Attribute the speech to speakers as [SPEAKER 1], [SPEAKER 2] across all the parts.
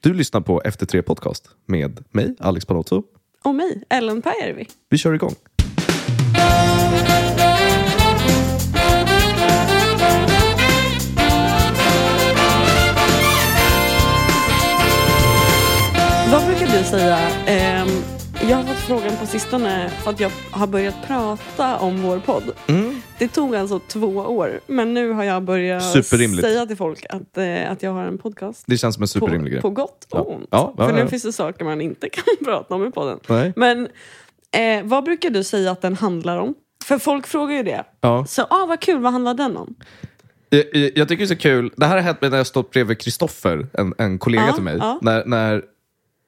[SPEAKER 1] Du lyssnar på Efter tre podcast med mig, Alex Palotto.
[SPEAKER 2] Och mig, Ellen Pajärvi.
[SPEAKER 1] Vi kör igång.
[SPEAKER 2] Vad brukar du säga? Ehm, jag har fått frågan på sistone för att jag har börjat prata om vår podd.
[SPEAKER 1] Mm.
[SPEAKER 2] Det tog alltså två år, men nu har jag börjat
[SPEAKER 1] Superrimligt.
[SPEAKER 2] säga till folk att, eh, att jag har en podcast.
[SPEAKER 1] Det känns som en
[SPEAKER 2] På,
[SPEAKER 1] superrimlig grej.
[SPEAKER 2] på gott och
[SPEAKER 1] Ja.
[SPEAKER 2] ont.
[SPEAKER 1] Ja, ja,
[SPEAKER 2] för
[SPEAKER 1] ja.
[SPEAKER 2] nu finns det saker man inte kan prata om i podden.
[SPEAKER 1] Nej.
[SPEAKER 2] Men eh, vad brukar du säga att den handlar om? För folk frågar ju det.
[SPEAKER 1] Ja.
[SPEAKER 2] Så ah, vad kul, vad handlar den om?
[SPEAKER 1] Jag, jag- jag tycker det är så kul. Det här har hänt mig när jag stått bredvid Kristoffer, en, en kollega
[SPEAKER 2] Ja,
[SPEAKER 1] till mig.
[SPEAKER 2] ja.
[SPEAKER 1] När, när,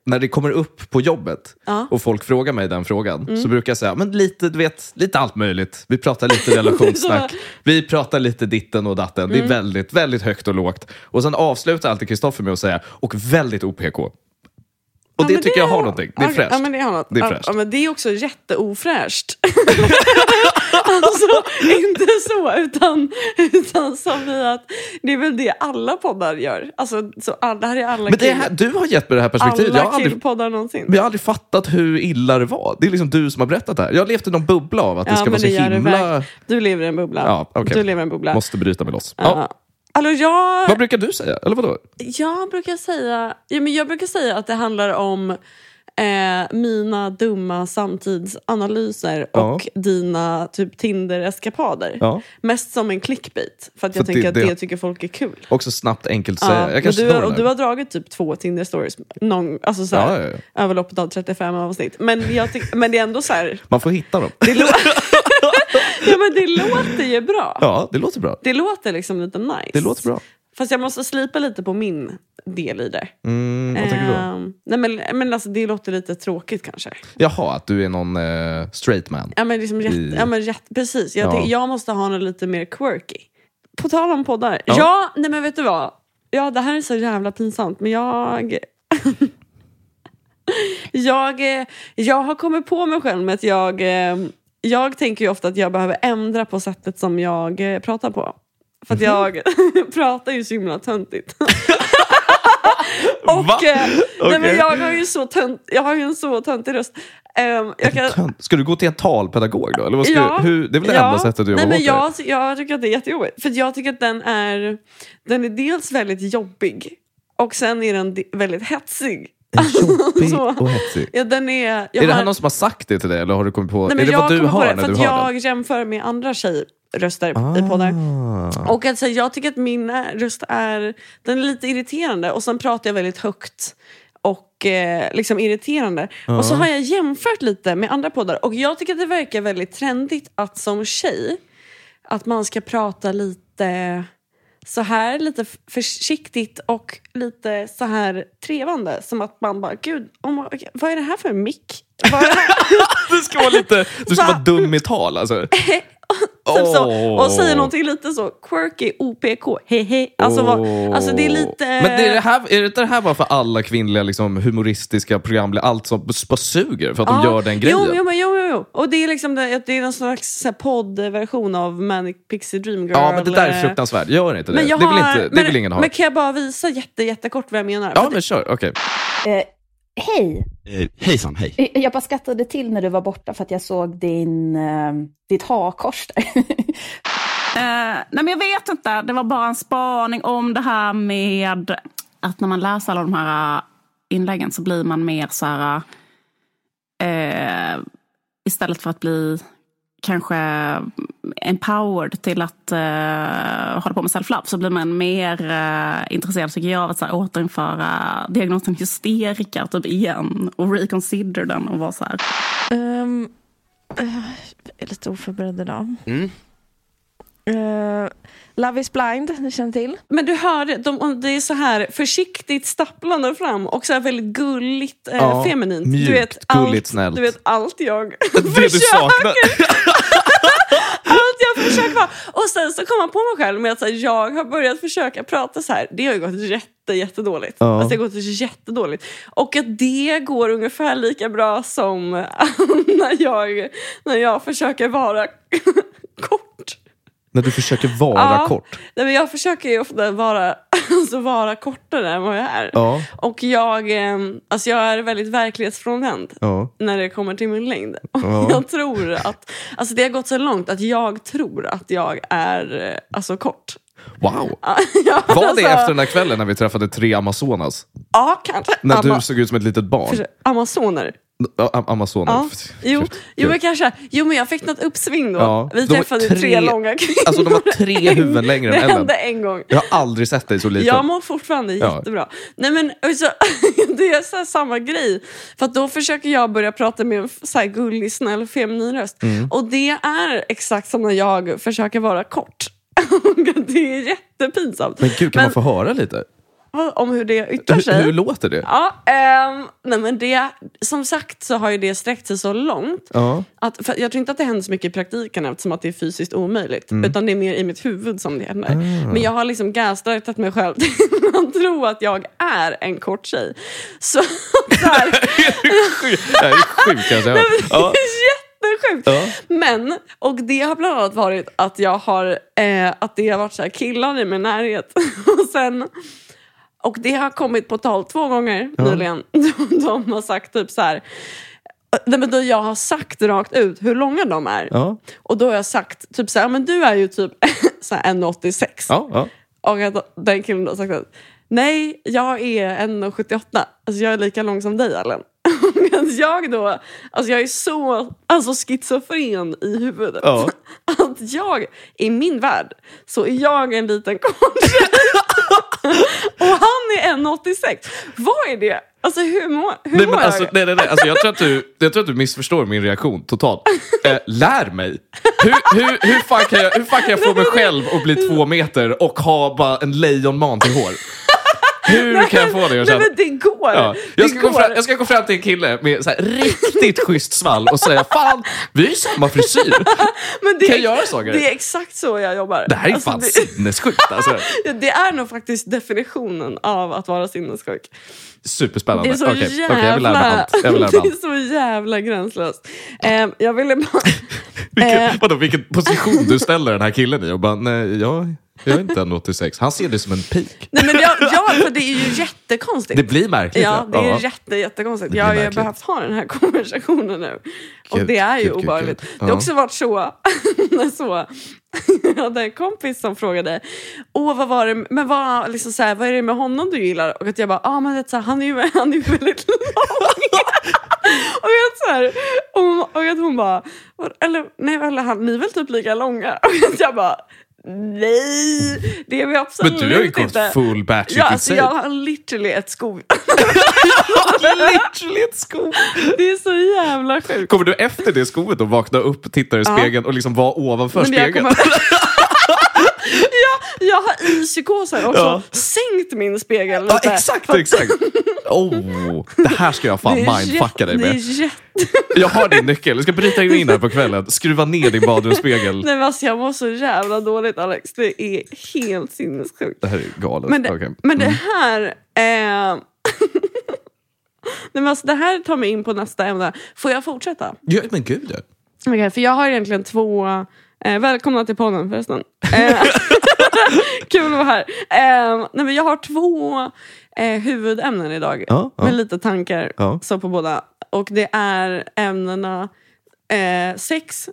[SPEAKER 1] när det kommer upp på jobbet
[SPEAKER 2] Ja. Mm.
[SPEAKER 1] och folk frågar mig den frågan så brukar jag säga men lite, du vet, lite allt möjligt. Vi pratar lite relationssnack. Vi pratar lite ditten och datten.
[SPEAKER 2] Mm.
[SPEAKER 1] Det är väldigt, väldigt högt och lågt. Och sen avslutar alltid Kristoffer med att säga och väldigt OPK. Och
[SPEAKER 2] Ja,
[SPEAKER 1] det
[SPEAKER 2] men
[SPEAKER 1] tycker jag har någonting. Det är
[SPEAKER 2] okej,
[SPEAKER 1] fräscht.
[SPEAKER 2] Ja, men det, har något.
[SPEAKER 1] Det är
[SPEAKER 2] Ja,
[SPEAKER 1] fräscht.
[SPEAKER 2] Ja, men det är också jätteofräscht. alltså, inte så, utan, utan som i att det är väl det alla poddar gör. Alltså, så, all, det här är alla,
[SPEAKER 1] Men det
[SPEAKER 2] kill,
[SPEAKER 1] här, du har gett mig det här perspektivet. Jag
[SPEAKER 2] alla
[SPEAKER 1] har aldrig
[SPEAKER 2] killpoddar någonsin.
[SPEAKER 1] Men jag har aldrig fattat hur illa det var. Det är liksom du som har berättat det här. Jag har levt i någon bubbla av att det ska vara så
[SPEAKER 2] gör det
[SPEAKER 1] himla...
[SPEAKER 2] verk- Du lever i en bubbla.
[SPEAKER 1] Ja, okej.
[SPEAKER 2] Du lever i en bubbla.
[SPEAKER 1] Måste bryta mig loss. Ja.
[SPEAKER 2] Ja. Alltså, jag...
[SPEAKER 1] Vad brukar du säga? Eller vadå?
[SPEAKER 2] Jag brukar säga, ja, men jag brukar säga att det handlar om eh, mina dumma samtidsanalyser
[SPEAKER 1] Ja.
[SPEAKER 2] och dina typ Tinder-eskapader.
[SPEAKER 1] Ja.
[SPEAKER 2] Mest som en clickbait, för att jag
[SPEAKER 1] För det-
[SPEAKER 2] tänker att
[SPEAKER 1] det-
[SPEAKER 2] det, tycker folk är kul.
[SPEAKER 1] Också snabbt, enkelt
[SPEAKER 2] Ja,
[SPEAKER 1] säga. Jag
[SPEAKER 2] men
[SPEAKER 1] kanske
[SPEAKER 2] du,
[SPEAKER 1] snor
[SPEAKER 2] har-
[SPEAKER 1] den
[SPEAKER 2] och du
[SPEAKER 1] här.
[SPEAKER 2] har dragit typ två Tinder-stories någon, alltså så här,
[SPEAKER 1] Ja, ja,
[SPEAKER 2] över loppet av 35 avsnitt. Men, jag tyck, men det är ändå så här,
[SPEAKER 1] Man får hitta dem.
[SPEAKER 2] det, lo- ja, men det låter ju bra.
[SPEAKER 1] Ja, det låter bra.
[SPEAKER 2] Det låter liksom lite nice.
[SPEAKER 1] Det låter bra.
[SPEAKER 2] Fast jag måste slipa lite på min del i det.
[SPEAKER 1] Mm, vad tänker du då?
[SPEAKER 2] Ehm, nej men, men alltså, det låter lite tråkigt kanske.
[SPEAKER 1] Jaha, att du är någon eh, straight man.
[SPEAKER 2] Ja, men liksom rätt,
[SPEAKER 1] I-
[SPEAKER 2] ja, men rätt, precis. Jag,
[SPEAKER 1] Ja.
[SPEAKER 2] tänker- jag måste ha något lite mer quirky. På tal om poddar.
[SPEAKER 1] Ja.
[SPEAKER 2] Ja, nej men vet du vad? Ja, det här är så jävla pinsamt, men jag... jag, eh, jag har kommit på mig själv med att jag... eh, Jag tänker ju ofta att jag behöver ändra på sättet som jag eh, pratar på. För att
[SPEAKER 1] Mhm.
[SPEAKER 2] jag pratar ju så himla töntigt.
[SPEAKER 1] Va?
[SPEAKER 2] Och, eh, nej,
[SPEAKER 1] Okej.
[SPEAKER 2] men jag, har ju så tönt, jag har ju en så töntig röst. Ehm, jag kan,
[SPEAKER 1] Tönt. Ska du gå till en talpedagog då? Eller vad ska du, hur, det är väl det enda sättet du
[SPEAKER 2] Nej,
[SPEAKER 1] jobbar
[SPEAKER 2] men
[SPEAKER 1] åt det?
[SPEAKER 2] jag, jag tycker att det är jättejobbigt. För jag tycker att den är, den är dels väldigt jobbig och sen är den di- väldigt hetsig.
[SPEAKER 1] Jobbig
[SPEAKER 2] Så.
[SPEAKER 1] och hetsig.
[SPEAKER 2] Ja, den är, jag
[SPEAKER 1] Är det
[SPEAKER 2] har-
[SPEAKER 1] här någon som har sagt det till dig? Eller har du kommit på...
[SPEAKER 2] nej,
[SPEAKER 1] är
[SPEAKER 2] men
[SPEAKER 1] det
[SPEAKER 2] jag
[SPEAKER 1] vad du
[SPEAKER 2] kommer på
[SPEAKER 1] har
[SPEAKER 2] det,
[SPEAKER 1] när
[SPEAKER 2] för
[SPEAKER 1] du
[SPEAKER 2] att
[SPEAKER 1] har
[SPEAKER 2] jag
[SPEAKER 1] den?
[SPEAKER 2] jämför med andra tjejröster i poddar.
[SPEAKER 1] Ah.
[SPEAKER 2] Och alltså, jag tycker att min ä- röst är, den är lite irriterande och sen pratar jag väldigt högt och eh, liksom irriterande. Och så har jag jämfört lite med andra poddar och jag tycker att det verkar väldigt trendigt att som tjej att man ska prata lite så här, lite f- försiktigt och lite så här trevande. Som att man bara, gud, oh my, vad är det här för mick? Vad är det här?
[SPEAKER 1] Du ska vara lite... Du ska
[SPEAKER 2] Va?
[SPEAKER 1] vara dum i tal alltså.
[SPEAKER 2] Typ så.
[SPEAKER 1] Åh.
[SPEAKER 2] Och säger någonting lite så quirky, OPK, hehe. Alltså, vad, alltså det är lite...
[SPEAKER 1] Men det är, det här, är det inte det här bara för alla kvinnliga liksom, humoristiska programledare? Allt som bara suger för att de
[SPEAKER 2] Ja.
[SPEAKER 1] gör den grejen?
[SPEAKER 2] Jo, jo, men jo, jo, jo. Och det är liksom det, det är någon slags så här poddversion av Manic Pixie Dream Girl.
[SPEAKER 1] ja, men det där är
[SPEAKER 2] eh.
[SPEAKER 1] fruktansvärt. Gör inte det.
[SPEAKER 2] Men jag
[SPEAKER 1] det vill,
[SPEAKER 2] har-
[SPEAKER 1] inte, det
[SPEAKER 2] men,
[SPEAKER 1] vill ingen ha.
[SPEAKER 2] Men kan jag bara visa jätte, jättekort vad jag menar?
[SPEAKER 1] ja, men kör. Okej.
[SPEAKER 3] Eh, hej!
[SPEAKER 4] Eh, hejsan, hej.
[SPEAKER 3] Eh, Jag bara skrattade till när du var borta för att jag såg din, eh, ditt hakors där.
[SPEAKER 5] Eh, nej men jag vet inte, det var bara en spaning om det här med att när man läser alla de här eh, inläggen så blir man mer så här eh, istället för att bli kanske empowered till att eh, hålla på med self-love så blir man mer eh, intresserad tycker jag av att så här, återinföra diagnosen hysteriker typ igen och reconsider den och vara så här
[SPEAKER 6] Ehm, eh, jag är lite oförberedd idag.
[SPEAKER 4] Mm.
[SPEAKER 6] Eh, Love is blind, ni känner till?
[SPEAKER 2] Men du hör, de, om det är så här försiktigt stapplande fram och så här väldigt gulligt eh,
[SPEAKER 1] Ja,
[SPEAKER 2] feminint.
[SPEAKER 1] mjukt,
[SPEAKER 2] du vet,
[SPEAKER 1] gulligt, snällt.
[SPEAKER 2] Du vet allt jag
[SPEAKER 1] Det du saknar.
[SPEAKER 2] Allt jag försöker vara. Och sen så kom man på mig själv med att så här, jag har börjat försöka prata så här. Det har ju gått jätte, jättedåligt.
[SPEAKER 1] Ja.
[SPEAKER 2] Alltså, det har gått jättedåligt. Och att det går ungefär lika bra som när jag, när jag försöker vara kort.
[SPEAKER 1] När du försöker vara
[SPEAKER 2] Ja.
[SPEAKER 1] kort.
[SPEAKER 2] Nej, men jag försöker ju ofta vara, alltså, vara kortare än vad jag är.
[SPEAKER 1] Ja,
[SPEAKER 2] Och jag, eh, alltså, jag är väldigt verklighetsfrånvänd
[SPEAKER 1] ja,
[SPEAKER 2] när det kommer till min längd. Och
[SPEAKER 1] Ja.
[SPEAKER 2] jag tror att, alltså, det har gått så långt att jag tror att jag är eh, alltså, kort.
[SPEAKER 1] wow.
[SPEAKER 2] Ja,
[SPEAKER 1] Var
[SPEAKER 2] alltså,
[SPEAKER 1] det efter den där kvällen när vi träffade tre Amazonas?
[SPEAKER 2] Ja, kanske.
[SPEAKER 1] När
[SPEAKER 2] Ama-
[SPEAKER 1] du såg ut som ett litet barn?
[SPEAKER 2] för- Amazoner.
[SPEAKER 1] Ja, Am- Amazoner.
[SPEAKER 2] Ja. Jo, jo, men kanske. jo, men jag fick något uppsving då.
[SPEAKER 1] Ja.
[SPEAKER 2] Vi
[SPEAKER 1] De var
[SPEAKER 2] träffade
[SPEAKER 1] tre-
[SPEAKER 2] tre, långa kvinnor.
[SPEAKER 1] Alltså de var tre huvuden längre
[SPEAKER 2] det
[SPEAKER 1] än Ellen.
[SPEAKER 2] hände en gång.
[SPEAKER 1] Jag har aldrig sett dig så liten.
[SPEAKER 2] Jag mår fortfarande
[SPEAKER 1] Typ. Ja.
[SPEAKER 2] jättebra. Nej, men, alltså, det är så här samma grej. För att då försöker jag börja prata med en f- så här gullig, snäll, feminin röst.
[SPEAKER 1] Mm.
[SPEAKER 2] Och det är exakt som när jag försöker vara kort. det är jättepinsamt.
[SPEAKER 1] Men gud, kan
[SPEAKER 2] Men-
[SPEAKER 1] man få höra lite?
[SPEAKER 2] Vad- Om hur det yttrar
[SPEAKER 1] Hur, hur
[SPEAKER 2] sig.
[SPEAKER 1] låter det?
[SPEAKER 2] Ja, ehm, nej men det, som sagt så har ju det sträckt sig så långt.
[SPEAKER 1] Ja.
[SPEAKER 2] Att, för jag tror inte att det händer så mycket i praktiken eftersom att det är fysiskt omöjligt.
[SPEAKER 1] Mm.
[SPEAKER 2] Utan det är mer i mitt huvud som det händer.
[SPEAKER 1] Ah.
[SPEAKER 2] Men jag har liksom gaslightat mig själv till att tro att jag är en kort tjej. Så där,
[SPEAKER 1] Det här är sjukt kanske. jag har hört.
[SPEAKER 2] det
[SPEAKER 1] Ja.
[SPEAKER 2] är jättesjukt.
[SPEAKER 1] Ja.
[SPEAKER 2] Men, och det har bland annat varit att jag har, eh, att det har varit så här killar i min närhet. och sen... Och det har kommit på tal två gånger nyligen. De, de har sagt typ så här... eh, Nej, men då jag har sagt rakt ut hur långa de är.
[SPEAKER 1] Ja.
[SPEAKER 2] Och då har jag sagt typ så här, men du är ju typ så här 1,86.
[SPEAKER 1] Ja, ja.
[SPEAKER 2] Och att den killen då har sagt att nej, jag är 1,78. Alltså jag är lika lång som dig Ellen. Och att jag då, alltså jag är så alltså, schizofren i huvudet.
[SPEAKER 1] Ja.
[SPEAKER 2] Att jag, i min värld, så är jag en liten kort Och han är 1,86. Vad är det? Alltså hur mår, hur
[SPEAKER 1] Nej,
[SPEAKER 2] mår
[SPEAKER 1] men alltså,
[SPEAKER 2] jag?
[SPEAKER 1] nej, nej, nej. Alltså, jag, tror att du, jag tror att du missförstår min reaktion totalt. Eh, lär mig! Hur, hur, hur, fan kan jag, hur fan kan jag få mig själv att bli två meter och ha bara en lejonman till hår? Hur kan jag få det att
[SPEAKER 2] Nej
[SPEAKER 1] känna?
[SPEAKER 2] men det går!
[SPEAKER 1] Ja. Jag, ska
[SPEAKER 2] det
[SPEAKER 1] gå fram, jag ska gå fram till en kille med så här riktigt schysst svall och säga fan, vi är ju samma frisyr.
[SPEAKER 2] Men det,
[SPEAKER 1] Kan jag göra saker?
[SPEAKER 2] Det är exakt så jag jobbar.
[SPEAKER 1] Det här är
[SPEAKER 2] Alltså,
[SPEAKER 1] fan
[SPEAKER 2] det-
[SPEAKER 1] sinnessjukt alltså.
[SPEAKER 2] Ja, Det är nog faktiskt definitionen av att vara sinnessjuk.
[SPEAKER 1] Superspännande.
[SPEAKER 2] Det är så
[SPEAKER 1] Okej, okej,
[SPEAKER 2] jävla,
[SPEAKER 1] jag vill lära mig allt. Jag vill lära mig
[SPEAKER 2] det
[SPEAKER 1] allt.
[SPEAKER 2] är så jävla gränslöst. Eh, jag ville bara...
[SPEAKER 1] Vilken,
[SPEAKER 2] Eh.
[SPEAKER 1] vadå, vilken position du ställer den här killen i och bara nej, jag, jag är inte 1,86. Han ser det som en pik.
[SPEAKER 2] Nej, men jag, jag, för det är ju jättekonstigt.
[SPEAKER 1] Det blir märkligt.
[SPEAKER 2] ja, det är jätte, jättekonstigt.
[SPEAKER 1] Det blir
[SPEAKER 2] Jag har ju
[SPEAKER 1] märkligt.
[SPEAKER 2] behövt ha den här konversationen nu. Och
[SPEAKER 1] Gud,
[SPEAKER 2] det är ju
[SPEAKER 1] gud, gud,
[SPEAKER 2] obehagligt.
[SPEAKER 1] gud.
[SPEAKER 2] Det
[SPEAKER 1] Ja.
[SPEAKER 2] har också varit så... när så jag hade en kompis som frågade Åh, vad var det, men vad, liksom så här, vad är det med honom du gillar? Och att jag bara, ah, men det, är så här, han är ju han är ju väldigt lång. och, jag, så här, och, hon- och att hon bara, "Vad- eller, nej, eller han, ni är väl typ lika långa? Och att jag bara, nej, det är vi
[SPEAKER 1] Men
[SPEAKER 2] absolut inte.
[SPEAKER 1] du har ju gått full batch
[SPEAKER 2] Ja,
[SPEAKER 1] ja,
[SPEAKER 2] alltså, jag har literally ett skov.
[SPEAKER 1] Literally ett sko.
[SPEAKER 2] Det är så jävla sjukt.
[SPEAKER 1] Kommer du efter det skovet och vakna upp, titta i
[SPEAKER 2] Ja.
[SPEAKER 1] spegeln och liksom vara ovanför
[SPEAKER 2] Nej, men jag
[SPEAKER 1] spegeln?
[SPEAKER 2] ja, jag har i psykosen också
[SPEAKER 1] Ja.
[SPEAKER 2] sänkt min spegel
[SPEAKER 1] Ja,
[SPEAKER 2] lite.
[SPEAKER 1] exakt, exakt. Oh, det här ska jag fan mindfucka dig
[SPEAKER 2] Det är
[SPEAKER 1] med.
[SPEAKER 2] jätte...
[SPEAKER 1] Jag har din nyckel. Jag ska bryta in här på kvällen. Skruva ner din badrumsspegel.
[SPEAKER 2] Nej, men alltså, jag mår så jävla dåligt Alex. Det är helt sinnessjukt.
[SPEAKER 1] Det här är galet.
[SPEAKER 2] Men det,
[SPEAKER 1] Okej. Mm.
[SPEAKER 2] men det här... Eh... Nej, men alltså, det här tar mig in på nästa ämne. Får jag fortsätta?
[SPEAKER 1] Ja, men gud ja.
[SPEAKER 2] Okej, för jag har egentligen två... Eh, välkomna till podden förresten. Eh, kul att vara här. Eh, nej, men jag har två eh, huvudämnen idag
[SPEAKER 1] Ja, ja.
[SPEAKER 2] med lite tankar
[SPEAKER 1] Ja.
[SPEAKER 2] så på båda. Och det är ämnena eh, sex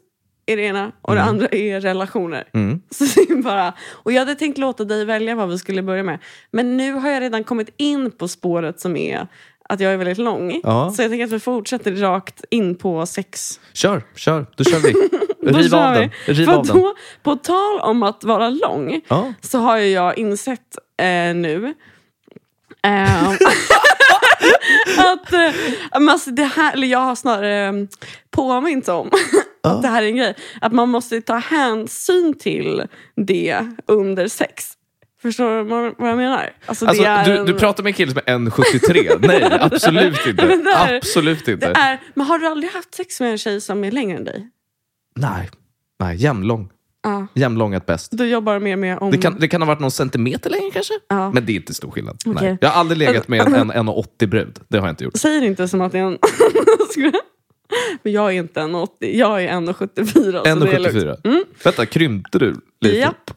[SPEAKER 2] är det ena och det andra är relationer.
[SPEAKER 1] Mm.
[SPEAKER 2] Så det är bara, och jag hade tänkt låta dig välja vad vi skulle börja med. Men nu har jag redan kommit in på spåret som är att jag är väldigt lång.
[SPEAKER 1] Ja.
[SPEAKER 2] Så jag tänker att vi fortsätter rakt in på sex.
[SPEAKER 1] Kör, kör. Då kör vi.
[SPEAKER 2] Då
[SPEAKER 1] Riv
[SPEAKER 2] kör
[SPEAKER 1] av
[SPEAKER 2] vi.
[SPEAKER 1] den. Riv
[SPEAKER 2] För
[SPEAKER 1] av den.
[SPEAKER 2] då, på tal om att vara lång
[SPEAKER 1] Ja.
[SPEAKER 2] så har ju jag insett eh, nu ehm, att eh, men alltså det här, eller jag har snarare eh, påmint om att det här är en grej. Att man måste ta hänsyn till det under sex. Förstår du vad vad jag menar? Alltså,
[SPEAKER 1] Alltså,
[SPEAKER 2] det är
[SPEAKER 1] du,
[SPEAKER 2] en-
[SPEAKER 1] du pratar med en kille som är 1,73. Nej, absolut inte.
[SPEAKER 2] Men det här-
[SPEAKER 1] Absolut
[SPEAKER 2] det
[SPEAKER 1] inte.
[SPEAKER 2] är, men har du aldrig haft sex med en tjej som är längre än dig?
[SPEAKER 1] Nej, Nej jämnlång.
[SPEAKER 2] Ja.
[SPEAKER 1] Jämnlångat bäst.
[SPEAKER 2] Du jobbar mer med om...
[SPEAKER 1] Det kan, det kan ha varit någon centimeter längre kanske.
[SPEAKER 2] Ja.
[SPEAKER 1] Men det är inte stor skillnad. Nej.
[SPEAKER 2] Okej. Alltså-
[SPEAKER 1] Jag har aldrig legat med en, en 1,80 brud. Det har jag inte gjort.
[SPEAKER 2] Säg det inte som att det är en... Men jag är inte 1,80. Jag är 1,74. så Alltså, det är lugnt. Mm.
[SPEAKER 1] 1,74. Vänta, krympte du lite?
[SPEAKER 2] Japp.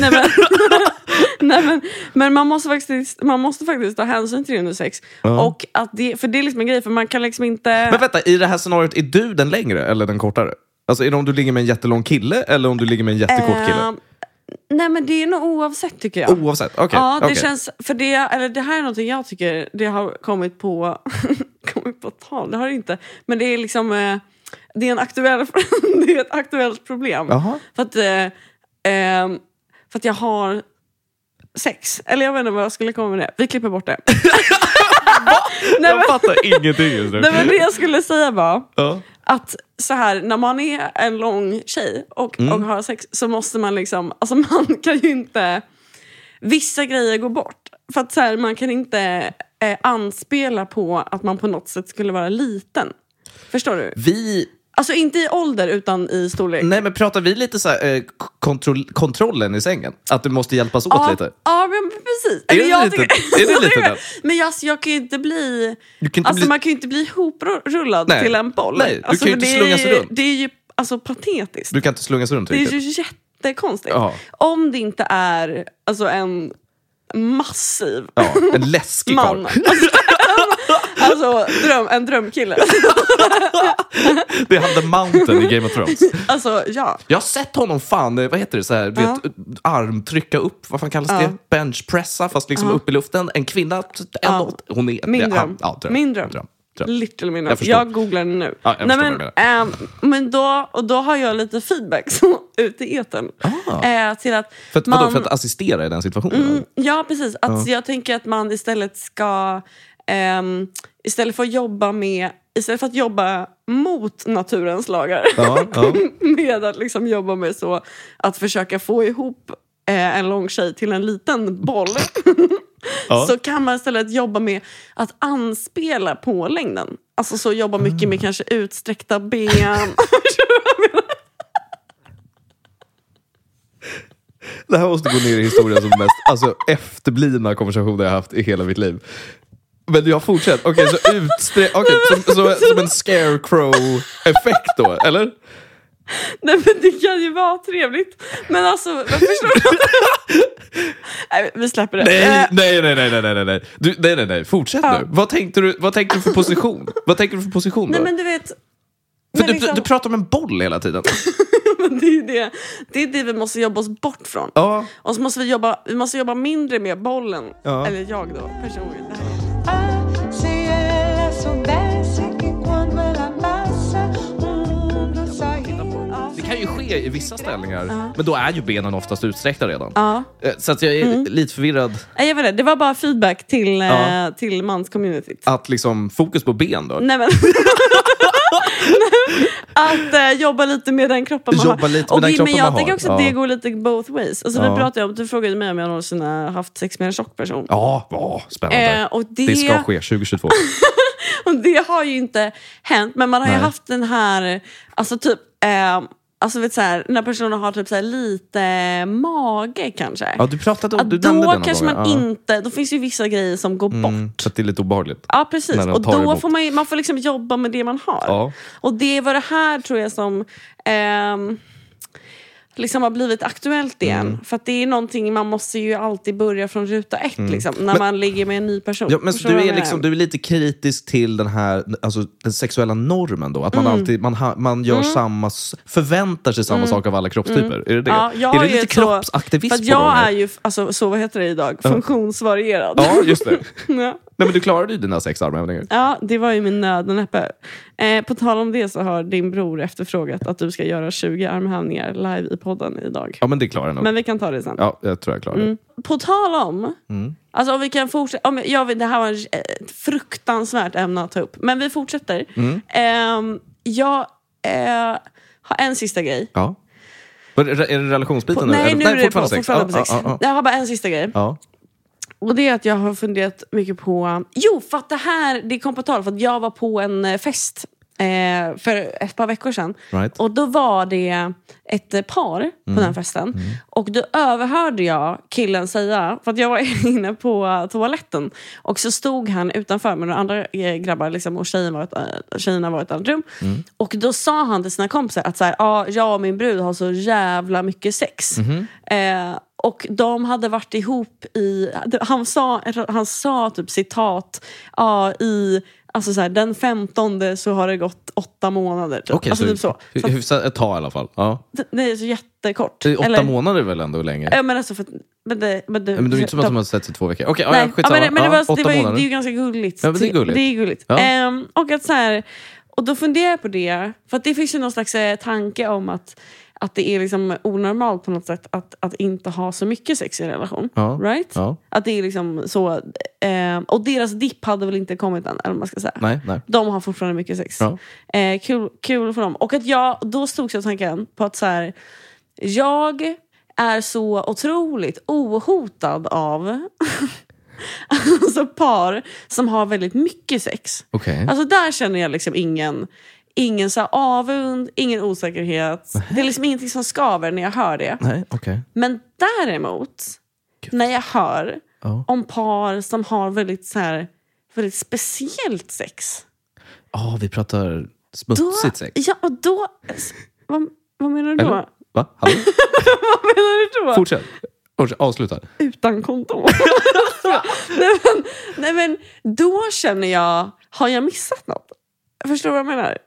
[SPEAKER 2] Nej, men, nej, men, men man, måste faktiskt, man måste faktiskt ta hänsyn till det under sex.
[SPEAKER 1] Ja.
[SPEAKER 2] Och att det, för det är liksom en grej, för man kan liksom inte...
[SPEAKER 1] Men vänta, i det här scenariot, är du den längre eller den kortare? Alltså är det om du ligger med en jättelång kille eller om du ligger med en jättekort kille?
[SPEAKER 2] Eh, nej men det är nog oavsett tycker jag.
[SPEAKER 1] Oavsett, okej.
[SPEAKER 2] ja, det
[SPEAKER 1] okej.
[SPEAKER 2] känns... För det, eller det här är någonting jag tycker det har kommit på, kommit på tal. Det har det inte. Men det är liksom... eh, det är, en aktuell, det är ett aktuellt problem.
[SPEAKER 1] Jaha.
[SPEAKER 2] För att, eh, ehm, för att jag har sex. Eller jag vet inte vad jag skulle komma med det. Vi klipper bort det. nej,
[SPEAKER 1] Jag
[SPEAKER 2] men,
[SPEAKER 1] fattar ingenting just nu.
[SPEAKER 2] nej, men det jag skulle säga var
[SPEAKER 1] Ja.
[SPEAKER 2] att så här, när man är en lång tjej och, och har sex så måste man liksom... Alltså man kan ju inte... Vissa grejer går bort. För att så här, man kan inte eh, anspela på att man på något sätt skulle vara liten. Förstår du?
[SPEAKER 1] Vi,
[SPEAKER 2] Alltså inte i ålder utan i storlek.
[SPEAKER 1] nej men pratar vi lite så här, eh, kontroll, kontrollen i sängen? Att du måste hjälpas åt
[SPEAKER 2] ja,
[SPEAKER 1] lite?
[SPEAKER 2] Ja, men precis.
[SPEAKER 1] Är det
[SPEAKER 2] Eller
[SPEAKER 1] lite- är det
[SPEAKER 2] jag
[SPEAKER 1] lite
[SPEAKER 2] tycker-
[SPEAKER 1] den?
[SPEAKER 2] Men jag, alltså, jag kan ju inte bli...
[SPEAKER 1] Du kan inte
[SPEAKER 2] Alltså
[SPEAKER 1] bli...
[SPEAKER 2] man kan ju inte bli hoprullad
[SPEAKER 1] Nej.
[SPEAKER 2] till en boll.
[SPEAKER 1] Nej, du
[SPEAKER 2] alltså,
[SPEAKER 1] kan ju inte
[SPEAKER 2] för det är
[SPEAKER 1] slungas
[SPEAKER 2] ju-
[SPEAKER 1] runt.
[SPEAKER 2] Det är ju alltså, patetiskt.
[SPEAKER 1] Du kan inte slungas runt
[SPEAKER 2] Det är
[SPEAKER 1] riktigt?
[SPEAKER 2] ju jättekonstigt.
[SPEAKER 1] Ja.
[SPEAKER 2] Om det inte är alltså, en massiv
[SPEAKER 1] Ja, en läskig
[SPEAKER 2] man.
[SPEAKER 1] karl.
[SPEAKER 2] Alltså, alltså dröm, en drömkille.
[SPEAKER 1] Det är han the mountain i Game of Thrones.
[SPEAKER 2] Alltså ja.
[SPEAKER 1] Jag har sett honom fan, eh, vad heter det, så här,
[SPEAKER 2] Ja.
[SPEAKER 1] vet, arm trycka upp, vad fan kallas
[SPEAKER 2] Ja.
[SPEAKER 1] det? Benchpressa fast liksom upp i luften. En kvinna, t- en
[SPEAKER 2] Ja.
[SPEAKER 1] åt- hon är...
[SPEAKER 2] Min
[SPEAKER 1] det- han-
[SPEAKER 2] dröm.
[SPEAKER 1] ja, dröm.
[SPEAKER 2] Min dröm.
[SPEAKER 1] dröm. dröm.
[SPEAKER 2] Little min
[SPEAKER 1] Jag förstår.
[SPEAKER 2] Jag googlar den nu.
[SPEAKER 1] Ja, jag
[SPEAKER 2] Nej,
[SPEAKER 1] förstår
[SPEAKER 2] men, ehm, men då, och då har jag lite feedback som, ut i etern.
[SPEAKER 1] Ah.
[SPEAKER 2] Eh, till att
[SPEAKER 1] För, att,
[SPEAKER 2] man,
[SPEAKER 1] vadå, för att assistera i den situationen?
[SPEAKER 2] Mm, ja, precis. Att Jag tänker att man istället ska... ehm, istället för att jobba med... Istället för att jobba mot naturens lagar
[SPEAKER 1] Ja, ja.
[SPEAKER 2] med att liksom jobba med så att försöka få ihop eh, en lång tjej till en liten boll
[SPEAKER 1] Ja.
[SPEAKER 2] så kan man istället jobba med att anspela på längden. Alltså så jobba mycket
[SPEAKER 1] Mm.
[SPEAKER 2] med kanske utsträckta ben.
[SPEAKER 1] Det här måste gå ner i historien som mest alltså, efterblivna konversationer jag haft i hela mitt liv. Men jag fortsätter. Okej, så utsträ... Okej, som, som, som en scarecrow-effekt då, eller?
[SPEAKER 2] Nej men det kan ju vara trevligt. Men alltså, jag förstår du? Nej, vi släpper det.
[SPEAKER 1] Nej,
[SPEAKER 2] Eh,
[SPEAKER 1] nej, nej, nej, nej, nej, nej, nej. Du, nej, nej, nej. Fortsätt
[SPEAKER 2] Ja.
[SPEAKER 1] nu. Vad tänkte, du, vad tänkte du för position? Vad tänkte du för position då?
[SPEAKER 2] Nej men du vet,
[SPEAKER 1] för
[SPEAKER 2] men
[SPEAKER 1] du,
[SPEAKER 2] liksom-
[SPEAKER 1] du pratar om en boll hela tiden.
[SPEAKER 2] men det är ju det, det är det vi måste jobba oss bort från.
[SPEAKER 1] Ja.
[SPEAKER 2] Och så måste vi jobba, vi måste jobba mindre med bollen.
[SPEAKER 1] Ja.
[SPEAKER 2] Eller jag då, personligen. Det här är-
[SPEAKER 1] Det kan ju ske i vissa ställningar, men då är ju benen oftast utsträckta redan.
[SPEAKER 2] Ja. Mm.
[SPEAKER 1] Eh, Så att jag är lite förvirrad.
[SPEAKER 2] Nej, jag vet inte, det var bara feedback till, eh,
[SPEAKER 1] Ja.
[SPEAKER 2] till manscommunityt.
[SPEAKER 1] Att liksom fokus på ben då.
[SPEAKER 2] Nej, men. att eh, jobba lite med den kroppen man
[SPEAKER 1] Jobba
[SPEAKER 2] har.
[SPEAKER 1] lite med
[SPEAKER 2] Och
[SPEAKER 1] den
[SPEAKER 2] vi-
[SPEAKER 1] kroppen
[SPEAKER 2] men jag
[SPEAKER 1] man
[SPEAKER 2] tänker
[SPEAKER 1] har,
[SPEAKER 2] också att
[SPEAKER 1] ja.
[SPEAKER 2] det går lite both ways. Alltså,
[SPEAKER 1] Ja.
[SPEAKER 2] vi pratade om, du frågade mig om jag någonsin har haft sex med en tjock person.
[SPEAKER 1] Ja, ja spännande.
[SPEAKER 2] Eh, och det,
[SPEAKER 1] det ska ske 2022.
[SPEAKER 2] Och det har ju inte hänt, men man har
[SPEAKER 1] Nej.
[SPEAKER 2] ju haft den här, alltså typ, eh, alltså vet så här, när personen har typ så här lite mage kanske.
[SPEAKER 1] Ja, du pratade om,
[SPEAKER 2] Att
[SPEAKER 1] du nämnde det
[SPEAKER 2] då
[SPEAKER 1] någon
[SPEAKER 2] kanske
[SPEAKER 1] gång,
[SPEAKER 2] man
[SPEAKER 1] ja.
[SPEAKER 2] inte, då finns ju vissa grejer som går
[SPEAKER 1] Mm,
[SPEAKER 2] bort.
[SPEAKER 1] så att det är lite obehagligt.
[SPEAKER 2] Ja precis,
[SPEAKER 1] När de
[SPEAKER 2] och
[SPEAKER 1] tar
[SPEAKER 2] då
[SPEAKER 1] emot.
[SPEAKER 2] får man, ju- man får liksom jobba med det man har.
[SPEAKER 1] Ja.
[SPEAKER 2] Och det var det här tror jag som ehm, liksom har blivit aktuellt igen.
[SPEAKER 1] Mm.
[SPEAKER 2] För att det är någonting man måste ju alltid börja från ruta ett liksom, när man ligger med en ny person.
[SPEAKER 1] Mm. Ja, men så
[SPEAKER 2] Förstår
[SPEAKER 1] du,
[SPEAKER 2] vad
[SPEAKER 1] är
[SPEAKER 2] jag menar?
[SPEAKER 1] liksom, du är lite kritisk till den här alltså, den sexuella normen då? Att man
[SPEAKER 2] Mm.
[SPEAKER 1] alltid man, ha, man gör samma, s- förväntar sig samma sak av alla kroppstyper? Är det det?
[SPEAKER 2] Mm. Ja, jag
[SPEAKER 1] är det
[SPEAKER 2] är
[SPEAKER 1] lite
[SPEAKER 2] ju så-
[SPEAKER 1] kroppsaktivism
[SPEAKER 2] För att
[SPEAKER 1] på gång
[SPEAKER 2] jag
[SPEAKER 1] här?
[SPEAKER 2] är ju, alltså, så vad heter det idag, funktionsvarierad.
[SPEAKER 1] Ja, just det.
[SPEAKER 2] Ja.
[SPEAKER 1] Nej, men du klarade ju dina sex armhävningar.
[SPEAKER 2] Ja, det var ju min nöd och näppe. Eh, på tal om det så har din bror efterfrågat att du ska göra 20 armhävningar live i podden idag.
[SPEAKER 1] Ja, men det klarar jag nog.
[SPEAKER 2] Men Mm. vi kan ta det sen.
[SPEAKER 1] Ja, jag tror jag klarar det.
[SPEAKER 2] På tal om,
[SPEAKER 1] Mm.
[SPEAKER 2] alltså om vi kan fortsätta, om, jag, vet, det här var en- eh, ett fruktansvärt ämne att ta upp, men vi fortsätter.
[SPEAKER 1] Mm.
[SPEAKER 2] Ehm, jag eh, har en sista grej.
[SPEAKER 1] Ja. Var det- Är det relationsbiten?
[SPEAKER 2] På,
[SPEAKER 1] nu?
[SPEAKER 2] nej,
[SPEAKER 1] Eller-
[SPEAKER 2] nu är det på,
[SPEAKER 1] fortfarande sex.
[SPEAKER 2] fortfarande på
[SPEAKER 1] Ja,
[SPEAKER 2] sex.
[SPEAKER 1] ja, ja, ja.
[SPEAKER 2] Jag har bara en sista grej.
[SPEAKER 1] Ja.
[SPEAKER 2] Och det är att jag har funderat mycket på... Jo, för att det här det kom på tal för att jag var på en eh, fest eh, för ett par veckor sedan.
[SPEAKER 1] Right.
[SPEAKER 2] Och då var det ett eh, par på den festen. Och då överhörde jag killen säga, för att jag var inne på toaletten. Och så stod han utanför med några andra eh, grabbar liksom, och tjejen var ett, eh, tjejerna var i ett annat rum. Och då sa han till sina kompisar att så här, ah, jag och min brud har så jävla mycket sex. Eh, och de hade varit ihop i... Han sa, han sa typ citat, ja i... Alltså så här, den 15 så har det gått åtta månader. Typ.
[SPEAKER 1] Okej,
[SPEAKER 2] alltså
[SPEAKER 1] så,
[SPEAKER 2] typ så.
[SPEAKER 1] hy-
[SPEAKER 2] så att,
[SPEAKER 1] Hyfsat ett tag i alla fall. Ja.
[SPEAKER 2] det- det är så jättekort.
[SPEAKER 1] I Åtta
[SPEAKER 2] Eller-
[SPEAKER 1] månader är väl ändå länge?
[SPEAKER 2] Ja, men alltså för, att- men det, men det,
[SPEAKER 1] Ja, men det är ju inte som att de har sett sig i två veckor. Okej, okay, ja,
[SPEAKER 2] Nej. Ja,
[SPEAKER 1] skitsamma.
[SPEAKER 2] men, men det,
[SPEAKER 1] Ja,
[SPEAKER 2] var, det,
[SPEAKER 1] åtta
[SPEAKER 2] var ju, det är
[SPEAKER 1] månader.
[SPEAKER 2] ju ganska gulligt. Typ.
[SPEAKER 1] Ja, men det är gulligt.
[SPEAKER 2] Det är gulligt.
[SPEAKER 1] Ja.
[SPEAKER 2] Ehm, och, att så här, och då funderar jag på det, för att det finns ju någon slags eh, tanke om att, att det är liksom onormalt på något sätt att, att inte ha så mycket sex i en relation.
[SPEAKER 1] Ja.
[SPEAKER 2] Right?
[SPEAKER 1] Ja.
[SPEAKER 2] Att det är liksom så. ehm, och deras dipp hade väl inte kommit än, eller vad man ska säga.
[SPEAKER 1] Nej, nej.
[SPEAKER 2] De har fortfarande mycket sex.
[SPEAKER 1] Ja.
[SPEAKER 2] Eh, kul, kul för dem. Och att jag, då slogs jag av tanken på att så här, jag är så otroligt ohotad av alltså par som har väldigt mycket sex.
[SPEAKER 1] Okej.
[SPEAKER 2] Alltså där känner jag liksom ingen, ingen så här avund, ingen osäkerhet. Det är liksom ingenting som skaver när jag hör det.
[SPEAKER 1] Nej, okej.
[SPEAKER 2] Men däremot, när jag hör
[SPEAKER 1] Ja.
[SPEAKER 2] om par som har väldigt, så här, väldigt speciellt sex.
[SPEAKER 1] Ja, vi pratar
[SPEAKER 2] Då,
[SPEAKER 1] smutsigt sex.
[SPEAKER 2] Ja, och då... s- Vad, vad menar du då?
[SPEAKER 1] Eller? Va? Hallå?
[SPEAKER 2] Vad menar du då?
[SPEAKER 1] Fortsätt. Fortsätt. Avsluta.
[SPEAKER 2] Utan kondom. nej, men, nej men, då känner jag, har jag missat något? Förstår du vad jag menar?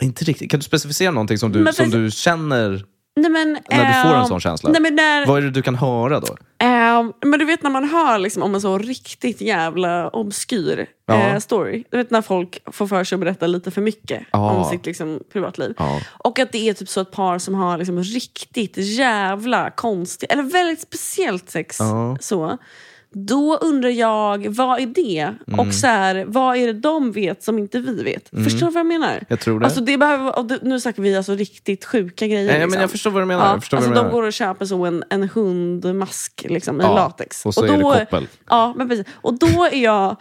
[SPEAKER 1] Inte riktigt. Kan du specificera någonting som du,
[SPEAKER 2] Men
[SPEAKER 1] som
[SPEAKER 2] precis-
[SPEAKER 1] du känner
[SPEAKER 2] Nej, men,
[SPEAKER 1] när du får en
[SPEAKER 2] ehm,
[SPEAKER 1] sån känsla?
[SPEAKER 2] Nej, men, när,
[SPEAKER 1] Vad är det du kan höra då?
[SPEAKER 2] ehm, men du vet när man hör liksom, om en så riktigt jävla obskyr
[SPEAKER 1] Ja.
[SPEAKER 2] eh, story. Du vet när folk får för sig att berätta lite för mycket
[SPEAKER 1] Ja.
[SPEAKER 2] om sitt liksom, privatliv.
[SPEAKER 1] Ja.
[SPEAKER 2] Och att det är typ så ett par som har liksom riktigt jävla konstigt, eller väldigt speciellt sex.
[SPEAKER 1] Ja.
[SPEAKER 2] Så. Då undrar jag, vad är det?
[SPEAKER 1] Mm.
[SPEAKER 2] Och så här, vad är det de vet som inte vi vet? Förstår du vad jag menar?
[SPEAKER 1] Jag tror det.
[SPEAKER 2] Alltså det behöver, vara- och det- nu snackar vi alltså riktigt sjuka grejer.
[SPEAKER 1] Nej, men
[SPEAKER 2] liksom.
[SPEAKER 1] jag förstår vad du menar.
[SPEAKER 2] Ja,
[SPEAKER 1] jag förstår
[SPEAKER 2] alltså
[SPEAKER 1] vad du
[SPEAKER 2] de
[SPEAKER 1] menar.
[SPEAKER 2] går och köper så en, en hundmask liksom, i
[SPEAKER 1] Ja,
[SPEAKER 2] latex.
[SPEAKER 1] och så är det koppel.
[SPEAKER 2] Ja, men precis. Och då, är jag,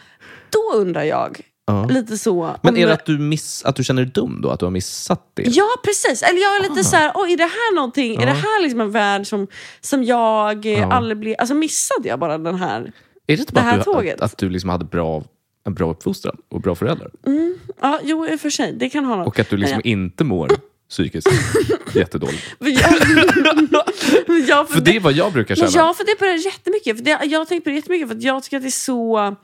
[SPEAKER 2] då undrar jag,
[SPEAKER 1] Ja.
[SPEAKER 2] lite så.
[SPEAKER 1] Men
[SPEAKER 2] om-
[SPEAKER 1] är det att du, miss, att du känner dig dum då? Att du har missat det?
[SPEAKER 2] Ja, precis. Eller jag är lite
[SPEAKER 1] Ah.
[SPEAKER 2] så här, oj, är det här någonting? Är det här liksom en värld som, som jag eh,
[SPEAKER 1] Ja.
[SPEAKER 2] aldrig blir... Alltså missade jag bara den här?
[SPEAKER 1] Är det inte bara
[SPEAKER 2] Det här
[SPEAKER 1] att, du,
[SPEAKER 2] tåget.
[SPEAKER 1] att, att du liksom hade bra, en bra uppfostran och bra föräldrar?
[SPEAKER 2] Mm. Ja, jo, i och för sig. Det kan ha något.
[SPEAKER 1] Och att du liksom inte mår psykiskt jättedåligt?
[SPEAKER 2] Men jag, men jag,
[SPEAKER 1] För det är vad jag brukar
[SPEAKER 2] men
[SPEAKER 1] känna.
[SPEAKER 2] jag funderar på det jättemycket. För det, jag har tänkt på det jättemycket för att jag tycker att det är så...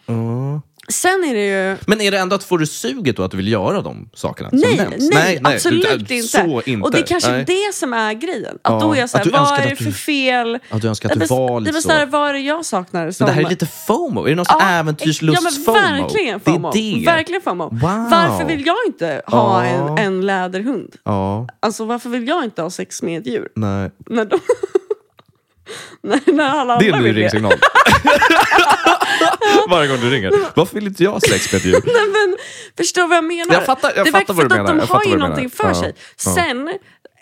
[SPEAKER 2] Sen är det ju...
[SPEAKER 1] Men är det ändå att få det suget då att du vill göra de sakerna
[SPEAKER 2] Nej,
[SPEAKER 1] som nämns?
[SPEAKER 2] nej, absolut
[SPEAKER 1] du-
[SPEAKER 2] inte.
[SPEAKER 1] Så inte.
[SPEAKER 2] Och det är kanske
[SPEAKER 1] nej.
[SPEAKER 2] det som är grejen. Att
[SPEAKER 1] Ja,
[SPEAKER 2] då är jag så
[SPEAKER 1] att du
[SPEAKER 2] här, vad
[SPEAKER 1] önskade
[SPEAKER 2] är det
[SPEAKER 1] att
[SPEAKER 2] för
[SPEAKER 1] du-
[SPEAKER 2] fel?
[SPEAKER 1] Att du önskar att du
[SPEAKER 2] Det-
[SPEAKER 1] var
[SPEAKER 2] det
[SPEAKER 1] lite så.
[SPEAKER 2] snarare, vad är det jag saknar?
[SPEAKER 1] Men
[SPEAKER 2] Som,
[SPEAKER 1] det här är lite FOMO. Är det någon sån äventyrslusts-FOMO?
[SPEAKER 2] Ja, men verkligen FOMO.
[SPEAKER 1] Det är det.
[SPEAKER 2] Verkligen FOMO.
[SPEAKER 1] Wow.
[SPEAKER 2] Varför vill jag inte ha
[SPEAKER 1] Ja.
[SPEAKER 2] en, en läderhund?
[SPEAKER 1] Ja,
[SPEAKER 2] Alltså varför vill jag inte ha sex med ett djur?
[SPEAKER 1] nej.
[SPEAKER 2] När, de... när, när alla andra
[SPEAKER 1] Det är en ny
[SPEAKER 2] vill det.
[SPEAKER 1] ringsignal. Varje gång du ringer. Varför vill inte jag ha sex med ett djur?
[SPEAKER 2] Nej, men, förstår du vad jag menar?
[SPEAKER 1] Jag fattar- jag
[SPEAKER 2] det är
[SPEAKER 1] fattar
[SPEAKER 2] verkligen
[SPEAKER 1] vad du
[SPEAKER 2] för
[SPEAKER 1] menar.
[SPEAKER 2] att De
[SPEAKER 1] Jag
[SPEAKER 2] har
[SPEAKER 1] fattar
[SPEAKER 2] ju
[SPEAKER 1] vad du
[SPEAKER 2] någonting för
[SPEAKER 1] menar. Ja,
[SPEAKER 2] sig.
[SPEAKER 1] ja.
[SPEAKER 2] Sen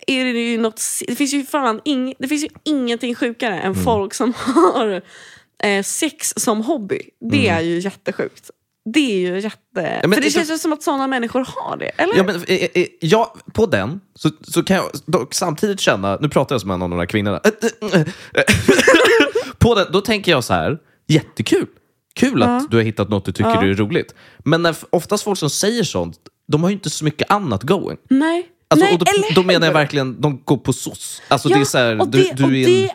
[SPEAKER 2] är det ju något... Det finns ju, fan ing, det finns ju ingenting sjukare än
[SPEAKER 1] Mm.
[SPEAKER 2] folk som har eh, sex som hobby. Det är ju jättesjukt. Det är ju jätte...
[SPEAKER 1] Mm. men
[SPEAKER 2] för det,
[SPEAKER 1] det är
[SPEAKER 2] känns ju som att sådana människor har det, eller?
[SPEAKER 1] Ja, men, eh, eh, jag, på den så, så kan jag dock samtidigt känna, nu pratar jag som en av de där kvinnorna. Eh, på den, då tänker jag så här, jättekul. Kul att du har hittat något du tycker är roligt. Men när, f- oftast folk som säger sånt, de har ju inte så mycket annat going.
[SPEAKER 2] Nej.
[SPEAKER 1] Alltså,
[SPEAKER 2] Nej,
[SPEAKER 1] och då,
[SPEAKER 2] eller
[SPEAKER 1] då menar jag
[SPEAKER 2] hur?
[SPEAKER 1] verkligen, de går på soc. Alltså,
[SPEAKER 2] Ja,
[SPEAKER 1] det är så här,
[SPEAKER 2] och
[SPEAKER 1] du,
[SPEAKER 2] det-
[SPEAKER 1] du,
[SPEAKER 2] och
[SPEAKER 1] är
[SPEAKER 2] det
[SPEAKER 1] en,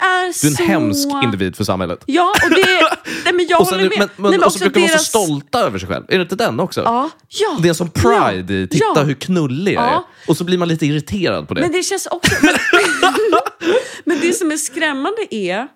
[SPEAKER 1] du
[SPEAKER 2] är
[SPEAKER 1] är en hemsk
[SPEAKER 2] så-
[SPEAKER 1] individ för samhället.
[SPEAKER 2] Ja, och det... Nej, men jag
[SPEAKER 1] Och, sen,
[SPEAKER 2] håller
[SPEAKER 1] men,
[SPEAKER 2] med.
[SPEAKER 1] men,
[SPEAKER 2] Nej, men
[SPEAKER 1] och så
[SPEAKER 2] också
[SPEAKER 1] brukar de vara
[SPEAKER 2] deras-
[SPEAKER 1] så stolta över sig själv. Är det inte den också?
[SPEAKER 2] Ja, ja.
[SPEAKER 1] Det är en sån pride i, titta
[SPEAKER 2] Ja.
[SPEAKER 1] hur knullig jag är.
[SPEAKER 2] Ja.
[SPEAKER 1] Och så blir man lite irriterad på det.
[SPEAKER 2] Men det känns också... men det som är skrämmande är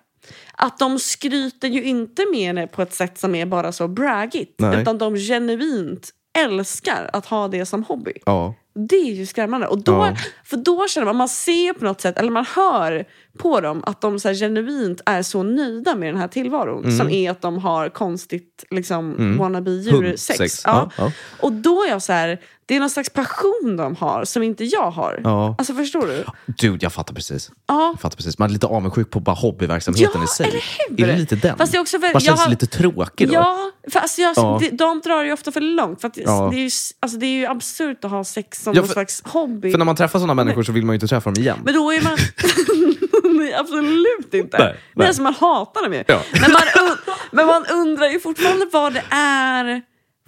[SPEAKER 2] att de skryter ju inte med det på ett sätt som är bara så braggigt.
[SPEAKER 1] Nej.
[SPEAKER 2] Utan de genuint älskar att ha det som hobby.
[SPEAKER 1] Ja.
[SPEAKER 2] Det är ju skrämmande. Och då,
[SPEAKER 1] Ja.
[SPEAKER 2] För då känner man, man ser på något sätt, eller man hör på dem att de så här genuint är så nöjda med den här tillvaron.
[SPEAKER 1] Mm.
[SPEAKER 2] Som är att de har konstigt liksom, wannabe djursex.
[SPEAKER 1] Hundsex.
[SPEAKER 2] Ja.
[SPEAKER 1] Mm. Ja, ja.
[SPEAKER 2] Och då är jag så här, Det är någon slags passion de har som inte jag har.
[SPEAKER 1] Ja.
[SPEAKER 2] Alltså förstår du?
[SPEAKER 1] Dude, jag fattar precis.
[SPEAKER 2] Ja.
[SPEAKER 1] Jag fattar precis. Man är lite avundsjuk på bara hobbyverksamheten
[SPEAKER 2] Ja,
[SPEAKER 1] i sig.
[SPEAKER 2] eller hur?
[SPEAKER 1] Är det lite den?
[SPEAKER 2] Fast det är också väl-
[SPEAKER 1] Man
[SPEAKER 2] jag
[SPEAKER 1] känns
[SPEAKER 2] har-
[SPEAKER 1] lite tråkig då.
[SPEAKER 2] Ja, för alltså jag,
[SPEAKER 1] Ja.
[SPEAKER 2] De, de drar ju ofta för långt. För att
[SPEAKER 1] Ja.
[SPEAKER 2] det, är ju, s- alltså det är ju absurt att ha sex som
[SPEAKER 1] Ja,
[SPEAKER 2] någon
[SPEAKER 1] för-
[SPEAKER 2] slags hobby.
[SPEAKER 1] För när man träffar sådana människor så vill man ju inte träffa dem igen.
[SPEAKER 2] Men då är man... nej, absolut inte.
[SPEAKER 1] Nej,
[SPEAKER 2] Nej,
[SPEAKER 1] nej.
[SPEAKER 2] alltså man hatar dem ju.
[SPEAKER 1] Ja.
[SPEAKER 2] Men, man und- men man undrar ju fortfarande vad det är...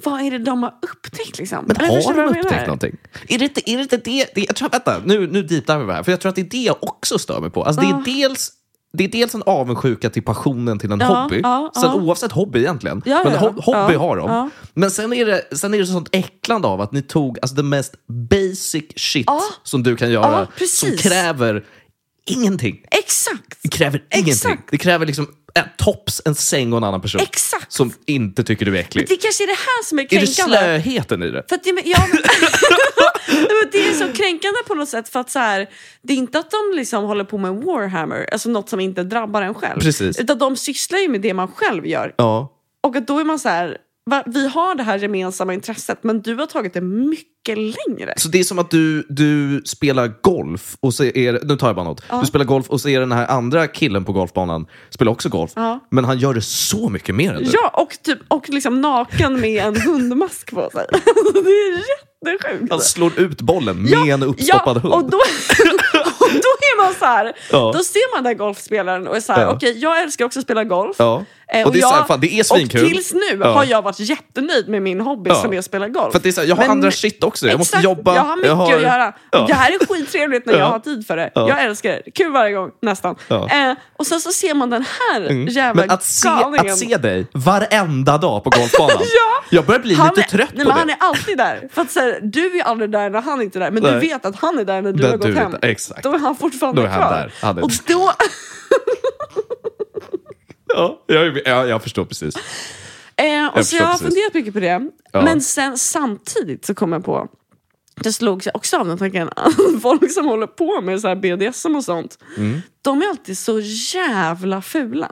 [SPEAKER 2] Vad är det de har upptäckt liksom?
[SPEAKER 1] Men
[SPEAKER 2] Eller förstår
[SPEAKER 1] har
[SPEAKER 2] du
[SPEAKER 1] de
[SPEAKER 2] vad jag
[SPEAKER 1] upptäckt
[SPEAKER 2] menar?
[SPEAKER 1] någonting? Är det inte är det, inte det, det jag tror, Vänta, nu, nu deepdivar vi här. För jag tror att det är det jag också stör mig på. Alltså, det,
[SPEAKER 2] Ja.
[SPEAKER 1] är dels, det är dels en avundsjuka till passionen till en
[SPEAKER 2] Ja,
[SPEAKER 1] hobby.
[SPEAKER 2] ja,
[SPEAKER 1] sen,
[SPEAKER 2] ja.
[SPEAKER 1] Oavsett hobby egentligen.
[SPEAKER 2] Ja,
[SPEAKER 1] men
[SPEAKER 2] ja,
[SPEAKER 1] ho-
[SPEAKER 2] ja.
[SPEAKER 1] hobby
[SPEAKER 2] Ja,
[SPEAKER 1] har de.
[SPEAKER 2] ja.
[SPEAKER 1] Men sen är, det, sen är det sånt äcklande av att ni tog alltså, det mest basic shit som du kan göra.
[SPEAKER 2] Ja, Ah. precis.
[SPEAKER 1] som kräver ingenting.
[SPEAKER 2] Exakt!
[SPEAKER 1] Det kräver ingenting.
[SPEAKER 2] Exakt.
[SPEAKER 1] Det kräver liksom ett tops, en säng och en annan person.
[SPEAKER 2] Exakt.
[SPEAKER 1] Som inte tycker du är äcklig.
[SPEAKER 2] Det kanske är det här som är
[SPEAKER 1] Är det
[SPEAKER 2] kränkande.
[SPEAKER 1] slöheten i det?
[SPEAKER 2] För att, det- men- ja, men, Nej, men det är så kränkande på något sätt. För att så här, Det är inte att de liksom håller på med Warhammer, alltså något som inte drabbar en själv.
[SPEAKER 1] Precis.
[SPEAKER 2] Utan de sysslar ju med det man själv gör.
[SPEAKER 1] Ja.
[SPEAKER 2] Och att då är man så här, va, vi har det här gemensamma intresset men du har tagit det mycket längre.
[SPEAKER 1] Så det är som att du, du spelar golf och så är Nu tar jag bara något. Du spelar golf och så är den här andra killen på golfbanan spelar också golf.
[SPEAKER 2] Ja.
[SPEAKER 1] Men han gör det så mycket mer än du.
[SPEAKER 2] Ja, och, typ, och liksom naken med en hundmask på sig. Alltså, det är jättesjukt.
[SPEAKER 1] Han slår ut bollen med en Alltså, uppstoppad
[SPEAKER 2] ja,
[SPEAKER 1] hund.
[SPEAKER 2] Och då, och då är man så här,
[SPEAKER 1] Ja.
[SPEAKER 2] då ser man den där golfspelaren och är så här,
[SPEAKER 1] Ja.
[SPEAKER 2] okej jag älskar också att spela golf.
[SPEAKER 1] Ja.
[SPEAKER 2] Eh,
[SPEAKER 1] Och det är så här,
[SPEAKER 2] jag-
[SPEAKER 1] fan, det är svinkul.
[SPEAKER 2] Och tills nu
[SPEAKER 1] Ja.
[SPEAKER 2] har jag varit jättenöjd med min hobby
[SPEAKER 1] Ja.
[SPEAKER 2] som är att spela golf.
[SPEAKER 1] För att det är så här, jag har
[SPEAKER 2] Men-
[SPEAKER 1] andra shit också. Jag måste
[SPEAKER 2] Exakt,
[SPEAKER 1] jobba.
[SPEAKER 2] Jag har mycket att göra.
[SPEAKER 1] Ja.
[SPEAKER 2] Det här är skittrevligt när
[SPEAKER 1] Ja.
[SPEAKER 2] jag har tid för det.
[SPEAKER 1] Ja.
[SPEAKER 2] Jag älskar det. Kul varje gång, nästan.
[SPEAKER 1] Ja. Mm.
[SPEAKER 2] Eh, och sen så ser man den här jävla
[SPEAKER 1] Men att se,
[SPEAKER 2] galningen.
[SPEAKER 1] att se dig varenda dag på golfbanan.
[SPEAKER 2] Ja.
[SPEAKER 1] Jag börjar bli
[SPEAKER 2] han
[SPEAKER 1] lite
[SPEAKER 2] är,
[SPEAKER 1] trött
[SPEAKER 2] nej,
[SPEAKER 1] på
[SPEAKER 2] men
[SPEAKER 1] det.
[SPEAKER 2] Han är alltid där. För att, så här, du är ju aldrig där när han inte är där. Men
[SPEAKER 1] Nej.
[SPEAKER 2] du vet att han är där när du
[SPEAKER 1] Där
[SPEAKER 2] har gått
[SPEAKER 1] du är
[SPEAKER 2] hem.
[SPEAKER 1] där, exakt.
[SPEAKER 2] Då är han fortfarande
[SPEAKER 1] Då är han
[SPEAKER 2] kvar.
[SPEAKER 1] där. Han är-
[SPEAKER 2] Och då,
[SPEAKER 1] Ja, jag, jag, jag förstår precis.
[SPEAKER 2] eh, och så
[SPEAKER 1] förstår
[SPEAKER 2] jag har
[SPEAKER 1] precis.
[SPEAKER 2] funderat mycket på det.
[SPEAKER 1] Ja.
[SPEAKER 2] Men sen samtidigt så kom jag på det slog jag också av den tanken. att Folk som håller på med så här BDSM och sånt.
[SPEAKER 1] Mm.
[SPEAKER 2] De är alltid så jävla fula.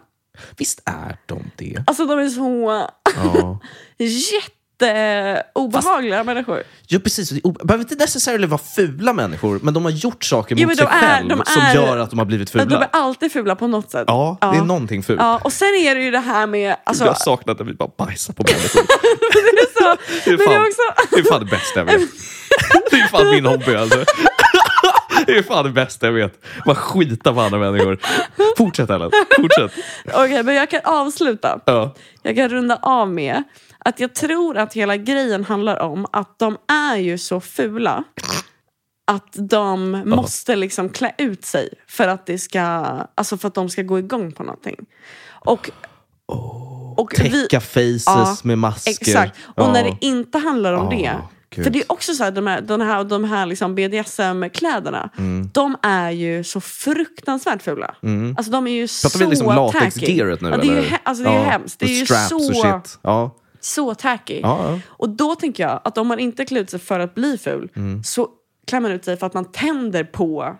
[SPEAKER 1] Visst är de det?
[SPEAKER 2] Alltså de är så
[SPEAKER 1] Ja.
[SPEAKER 2] jätteobehagliga människor.
[SPEAKER 1] Ja, precis. Det behöver inte necessarily vara fula människor, men de har gjort saker mot
[SPEAKER 2] Ja, men
[SPEAKER 1] sig
[SPEAKER 2] de är-
[SPEAKER 1] själva
[SPEAKER 2] de
[SPEAKER 1] som
[SPEAKER 2] är-
[SPEAKER 1] gör att de har blivit fula.
[SPEAKER 2] De är alltid fula på något sätt.
[SPEAKER 1] Ja, det är någonting fult.
[SPEAKER 2] Ja, och sen är det ju det här med... Alltså,
[SPEAKER 1] Jag saknar när vi bara bajsar på människor.
[SPEAKER 2] så,
[SPEAKER 1] Det är
[SPEAKER 2] men det
[SPEAKER 1] fan
[SPEAKER 2] är också...
[SPEAKER 1] det, är fan det bästa jag vet. Det är fan min hobby alltså. Det är fan det bästa jag vet. Bara skita på andra människor. Fortsätt Ellen, fortsätt.
[SPEAKER 2] Okej, men jag kan avsluta.
[SPEAKER 1] Ja.
[SPEAKER 2] Jag kan runda av med att jag tror att hela grejen handlar om att de är ju så fula att de måste liksom klä ut sig för att, det ska, alltså för att de ska gå igång på någonting. Och, och vi-
[SPEAKER 1] Täcka faces
[SPEAKER 2] Ja,
[SPEAKER 1] med masker.
[SPEAKER 2] Exakt. Och
[SPEAKER 1] Ja.
[SPEAKER 2] när det inte handlar om
[SPEAKER 1] Ja,
[SPEAKER 2] det.
[SPEAKER 1] gud.
[SPEAKER 2] För det är också så här, de här, de här, de här liksom BDSM-kläderna,
[SPEAKER 1] Mm.
[SPEAKER 2] de är ju så fruktansvärt fula. Alltså de är ju
[SPEAKER 1] Pratar
[SPEAKER 2] så
[SPEAKER 1] vi liksom
[SPEAKER 2] tacky.
[SPEAKER 1] latex-gearet nu?
[SPEAKER 2] ja, det är ju,
[SPEAKER 1] eller?
[SPEAKER 2] he- alltså, det är ju
[SPEAKER 1] Ja,
[SPEAKER 2] hemskt. Det
[SPEAKER 1] och
[SPEAKER 2] är ju
[SPEAKER 1] straps och
[SPEAKER 2] så,
[SPEAKER 1] shit. Ja.
[SPEAKER 2] så tacky.
[SPEAKER 1] Ja, ja.
[SPEAKER 2] Och då tänker jag att om man inte klär ut sig för att bli ful
[SPEAKER 1] Mm.
[SPEAKER 2] så klär man ut sig för att man tänder på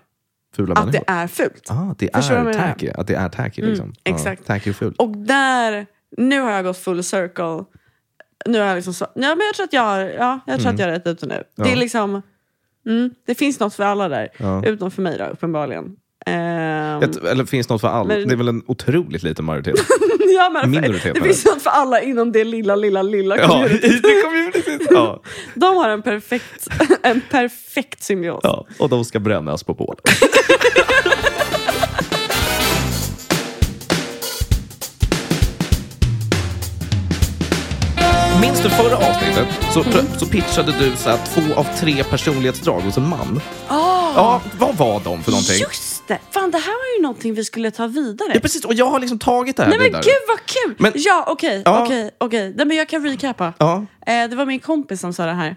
[SPEAKER 1] Fula
[SPEAKER 2] att
[SPEAKER 1] människor.
[SPEAKER 2] det är fult.
[SPEAKER 1] Ah, det
[SPEAKER 2] Förstår du vad
[SPEAKER 1] är
[SPEAKER 2] jag menar? Mm,
[SPEAKER 1] tacky. Att det är tacky liksom.
[SPEAKER 2] exakt.
[SPEAKER 1] Ja, tacky och fult.
[SPEAKER 2] Och där, nu har jag gått full circle. Nu har jag liksom så, ja, men jag tror att jag har, ja, jag
[SPEAKER 1] Mm.
[SPEAKER 2] tror att jag har rätt ut det nu. Det är liksom, mm, det finns något för alla där.
[SPEAKER 1] Ja.
[SPEAKER 2] Utom för mig då, uppenbarligen. Ehm,
[SPEAKER 1] Ett, eller finns något för alla?
[SPEAKER 2] Men-
[SPEAKER 1] Det är väl en otroligt liten majoritet?
[SPEAKER 2] ja, men
[SPEAKER 1] minoritet
[SPEAKER 2] för, det
[SPEAKER 1] här.
[SPEAKER 2] finns något för alla inom det lilla, lilla, lilla
[SPEAKER 1] ja,
[SPEAKER 2] community.
[SPEAKER 1] i det communityt. Ja,
[SPEAKER 2] De har en perfekt, en perfekt symbios.
[SPEAKER 1] ja. Och de ska brännas på bål. Minns du förra avsnittet så,
[SPEAKER 2] Mm.
[SPEAKER 1] så pitchade du så här, två av tre personlighetsdrag hos en man?
[SPEAKER 2] Ah.
[SPEAKER 1] Ja, vad var de för någonting?
[SPEAKER 2] Just det! Fan, det här var ju någonting vi skulle ta vidare.
[SPEAKER 1] Ja, precis. Och jag har liksom tagit det här
[SPEAKER 2] Nej men
[SPEAKER 1] vidare.
[SPEAKER 2] gud vad kul!
[SPEAKER 1] Men-
[SPEAKER 2] ja okej,
[SPEAKER 1] Ja.
[SPEAKER 2] okej, okej. Nej men jag kan recapa.
[SPEAKER 1] Ja.
[SPEAKER 2] Eh, det var min kompis som sa det här.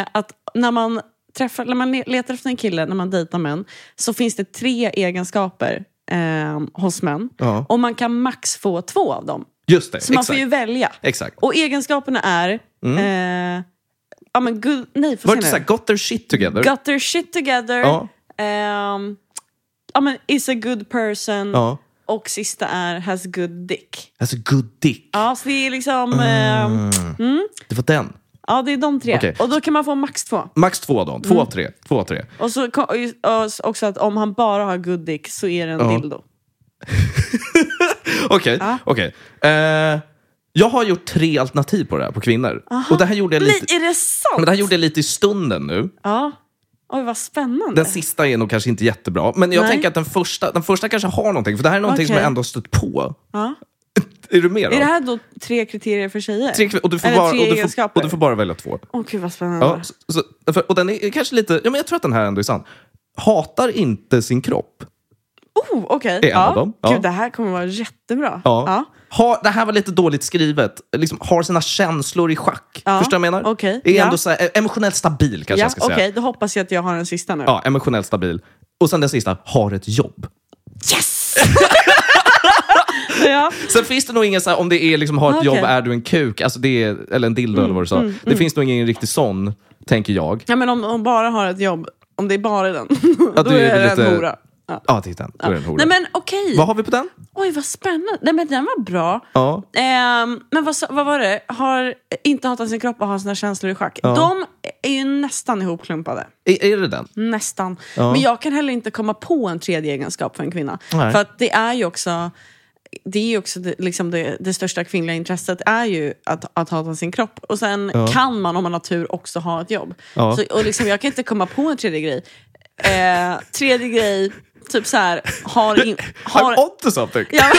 [SPEAKER 2] Eh, att när man, träffar, när man le- letar efter en kille, när man dejtar män, så finns det tre egenskaper eh, hos män.
[SPEAKER 1] Ja.
[SPEAKER 2] Och man kan max få två av dem.
[SPEAKER 1] Just det,
[SPEAKER 2] Så man
[SPEAKER 1] exakt.
[SPEAKER 2] får ju välja.
[SPEAKER 1] exakt.
[SPEAKER 2] Och egenskaperna är... Eh, ja men gud, nej får
[SPEAKER 1] Var
[SPEAKER 2] se
[SPEAKER 1] det
[SPEAKER 2] nu.
[SPEAKER 1] inte såhär, got their shit together?
[SPEAKER 2] Got their shit together.
[SPEAKER 1] Ja.
[SPEAKER 2] Ehm, ja, men is a good person.
[SPEAKER 1] Ja.
[SPEAKER 2] Och sista är has good dick.
[SPEAKER 1] Alltså, good dick.
[SPEAKER 2] Ja, så det är liksom... ehm,
[SPEAKER 1] Det var den.
[SPEAKER 2] Ja, det är de tre.
[SPEAKER 1] Mm. Okej.
[SPEAKER 2] Och då kan man få max två.
[SPEAKER 1] Max två då. Två
[SPEAKER 2] Mm.
[SPEAKER 1] av tre. Två av tre.
[SPEAKER 2] Och så ko- och just- och s- också att om han bara har good dick så är det en
[SPEAKER 1] Ja.
[SPEAKER 2] dildo.
[SPEAKER 1] Okej.
[SPEAKER 2] Ja.
[SPEAKER 1] okej. Eh, jag har gjort tre alternativ på det här, på kvinnor. Och det här gjorde jag
[SPEAKER 2] Bli,
[SPEAKER 1] lite,
[SPEAKER 2] är det
[SPEAKER 1] men
[SPEAKER 2] sant?
[SPEAKER 1] det här gjorde jag lite i stunden nu.
[SPEAKER 2] Ja. Oj, vad spännande.
[SPEAKER 1] Den sista är nog kanske inte jättebra, men jag
[SPEAKER 2] Nej.
[SPEAKER 1] tänker att den första, den första kanske har någonting. För det här är någonting som
[SPEAKER 2] Okej.
[SPEAKER 1] jag ändå har stött på.
[SPEAKER 2] Ja.
[SPEAKER 1] Är du med då?
[SPEAKER 2] Är det här då tre kriterier för tjejer?
[SPEAKER 1] Tre, kvin- och, du får
[SPEAKER 2] Eller
[SPEAKER 1] bara, och,
[SPEAKER 2] tre
[SPEAKER 1] du får,
[SPEAKER 2] egenskaper?
[SPEAKER 1] och du får bara välja två.
[SPEAKER 2] Åh gud vad spännande.
[SPEAKER 1] Ja, så, så, för, och den är kanske lite... Ja, men jag tror att den här ändå är sann. Hatar inte sin kropp.
[SPEAKER 2] Oh, okej.
[SPEAKER 1] Det är en av dem. Ja.
[SPEAKER 2] Gud, det här kommer vara jättebra.
[SPEAKER 1] Ja. Har, det här var lite dåligt skrivet. Liksom, har sina känslor i schack.
[SPEAKER 2] Ja,
[SPEAKER 1] Förstår du vad jag menar?
[SPEAKER 2] okej,
[SPEAKER 1] Är
[SPEAKER 2] ja.
[SPEAKER 1] ändå så här, e-, emotionellt stabil, kanske
[SPEAKER 2] Ja,
[SPEAKER 1] jag ska
[SPEAKER 2] okej,
[SPEAKER 1] säga.
[SPEAKER 2] då hoppas jag att jag har en sista nu.
[SPEAKER 1] Ja, emotionellt stabil. Och sen den sista, har ett jobb.
[SPEAKER 2] Ja.
[SPEAKER 1] Sen finns det nog ingen så här, om det är liksom, har ett
[SPEAKER 2] Ah, Okej. Mm,
[SPEAKER 1] jobb, är du en kuk? Alltså det är, eller en dildo eller vad du sa. det finns nog ingen riktig sån, tänker jag.
[SPEAKER 2] ja, men om hon bara har ett jobb, om det är bara den, då
[SPEAKER 1] det är
[SPEAKER 2] är det
[SPEAKER 1] lite-
[SPEAKER 2] en hora. Ja.
[SPEAKER 1] Ja, titta. Då är det en hora.
[SPEAKER 2] Nej men okej,
[SPEAKER 1] Vad har vi på den?
[SPEAKER 2] oj vad spännande. Nej men den var bra.
[SPEAKER 1] Ja.
[SPEAKER 2] Ehm, men vad, sa- vad var det? Har inte hatat sin kropp och har sina känslor i schack. De är ju nästan ihopklumpade.
[SPEAKER 1] Är, är det den?
[SPEAKER 2] Nästan.
[SPEAKER 1] Ja.
[SPEAKER 2] Men jag kan heller inte komma på en tredje egenskap för en kvinna.
[SPEAKER 1] Nej.
[SPEAKER 2] För att det är ju också, det, är ju också det, liksom det, det största kvinnliga intresset är ju att, att hata sin kropp. Och sen kan man om man har tur också ha ett jobb.
[SPEAKER 1] Ja.
[SPEAKER 2] Så, och liksom, jag kan inte komma på en tredje grej. Eh, tredje grej, typ så här, har... In,
[SPEAKER 1] I'm
[SPEAKER 2] har
[SPEAKER 1] onto something!
[SPEAKER 2] Ja.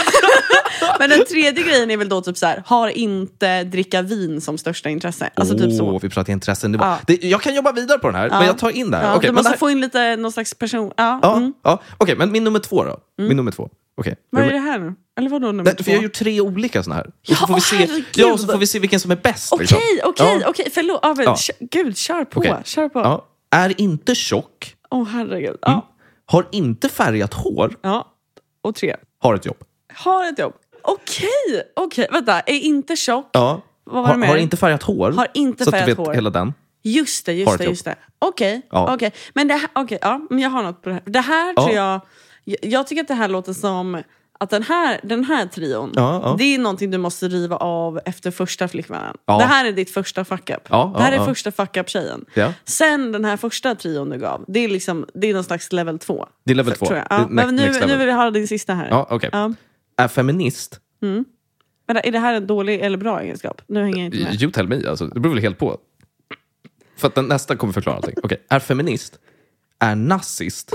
[SPEAKER 2] Men den tredje grejen är väl då typ så här, har inte dricka vin som största intresse. Alltså typ så.
[SPEAKER 1] Åh, vi pratar intressen. Det var,
[SPEAKER 2] Ja.
[SPEAKER 1] det, jag kan jobba vidare på den här, men jag tar in det här.
[SPEAKER 2] Ja,
[SPEAKER 1] Okej,
[SPEAKER 2] du
[SPEAKER 1] men
[SPEAKER 2] måste
[SPEAKER 1] det här-
[SPEAKER 2] få in lite någon slags person. Ja,
[SPEAKER 1] Ja,
[SPEAKER 2] mm.
[SPEAKER 1] ja. Okej, men min nummer två då? Min nummer två. Okej.
[SPEAKER 2] Vad är
[SPEAKER 1] Nummer-
[SPEAKER 2] det här nu? Eller vadå nummer
[SPEAKER 1] Nej,
[SPEAKER 2] två?
[SPEAKER 1] för jag har gjort tre olika såna här. Och
[SPEAKER 2] Ja,
[SPEAKER 1] så får vi
[SPEAKER 2] åh,
[SPEAKER 1] se,
[SPEAKER 2] herregud.
[SPEAKER 1] ja, och så får vi se vilken som är bäst.
[SPEAKER 2] Okej,
[SPEAKER 1] liksom.
[SPEAKER 2] okej,
[SPEAKER 1] Ja.
[SPEAKER 2] okej. Förlåt. Ja, men,
[SPEAKER 1] Ja.
[SPEAKER 2] kö- Gud, kör på.
[SPEAKER 1] Okej.
[SPEAKER 2] Kör på. Åh,
[SPEAKER 1] Ja. Mm. Är inte tjock,
[SPEAKER 2] herregud. Ja.
[SPEAKER 1] har inte färgat hår,
[SPEAKER 2] ja. Och tre.
[SPEAKER 1] har ett jobb.
[SPEAKER 2] Har ett jobb. Okej, okej. Vänta, är inte tjock.
[SPEAKER 1] Ja.
[SPEAKER 2] Vad var
[SPEAKER 1] har,
[SPEAKER 2] det med
[SPEAKER 1] har
[SPEAKER 2] det?
[SPEAKER 1] inte färgat hår.
[SPEAKER 2] Har inte
[SPEAKER 1] så att du
[SPEAKER 2] färgat
[SPEAKER 1] vet
[SPEAKER 2] hår.
[SPEAKER 1] hela den.
[SPEAKER 2] Just det,
[SPEAKER 1] Har
[SPEAKER 2] just
[SPEAKER 1] ett
[SPEAKER 2] det.
[SPEAKER 1] jobb.
[SPEAKER 2] just det. Okej,
[SPEAKER 1] Ja.
[SPEAKER 2] okej. Men det här, okej, ja, men jag har något på det här. Det här
[SPEAKER 1] Ja.
[SPEAKER 2] tror jag, jag... Jag tycker att det här låter som att den här, den här trion,
[SPEAKER 1] Ja, ja.
[SPEAKER 2] det är någonting du måste riva av efter första flickvännen.
[SPEAKER 1] Ja.
[SPEAKER 2] Det här är ditt första fuck-up.
[SPEAKER 1] Ja,
[SPEAKER 2] det här
[SPEAKER 1] ja,
[SPEAKER 2] är
[SPEAKER 1] ja.
[SPEAKER 2] första fuck-up-tjejen.
[SPEAKER 1] Ja.
[SPEAKER 2] Sen den här första trion du gav, det är, liksom, det är någon slags level två.
[SPEAKER 1] Det är level två.
[SPEAKER 2] Tror jag.
[SPEAKER 1] Det är
[SPEAKER 2] Ja.
[SPEAKER 1] next-
[SPEAKER 2] Men nu,
[SPEAKER 1] next level.
[SPEAKER 2] nu vill vi ha din sista här.
[SPEAKER 1] Ja, okej.
[SPEAKER 2] Ja.
[SPEAKER 1] Är feminist?
[SPEAKER 2] Men är det här en dålig eller bra egenskap? Nu hänger jag inte med.
[SPEAKER 1] You tell me. Alltså, det beror väl helt på. För att den nästa kommer förklara allting. Okej, Är feminist? Är nazist?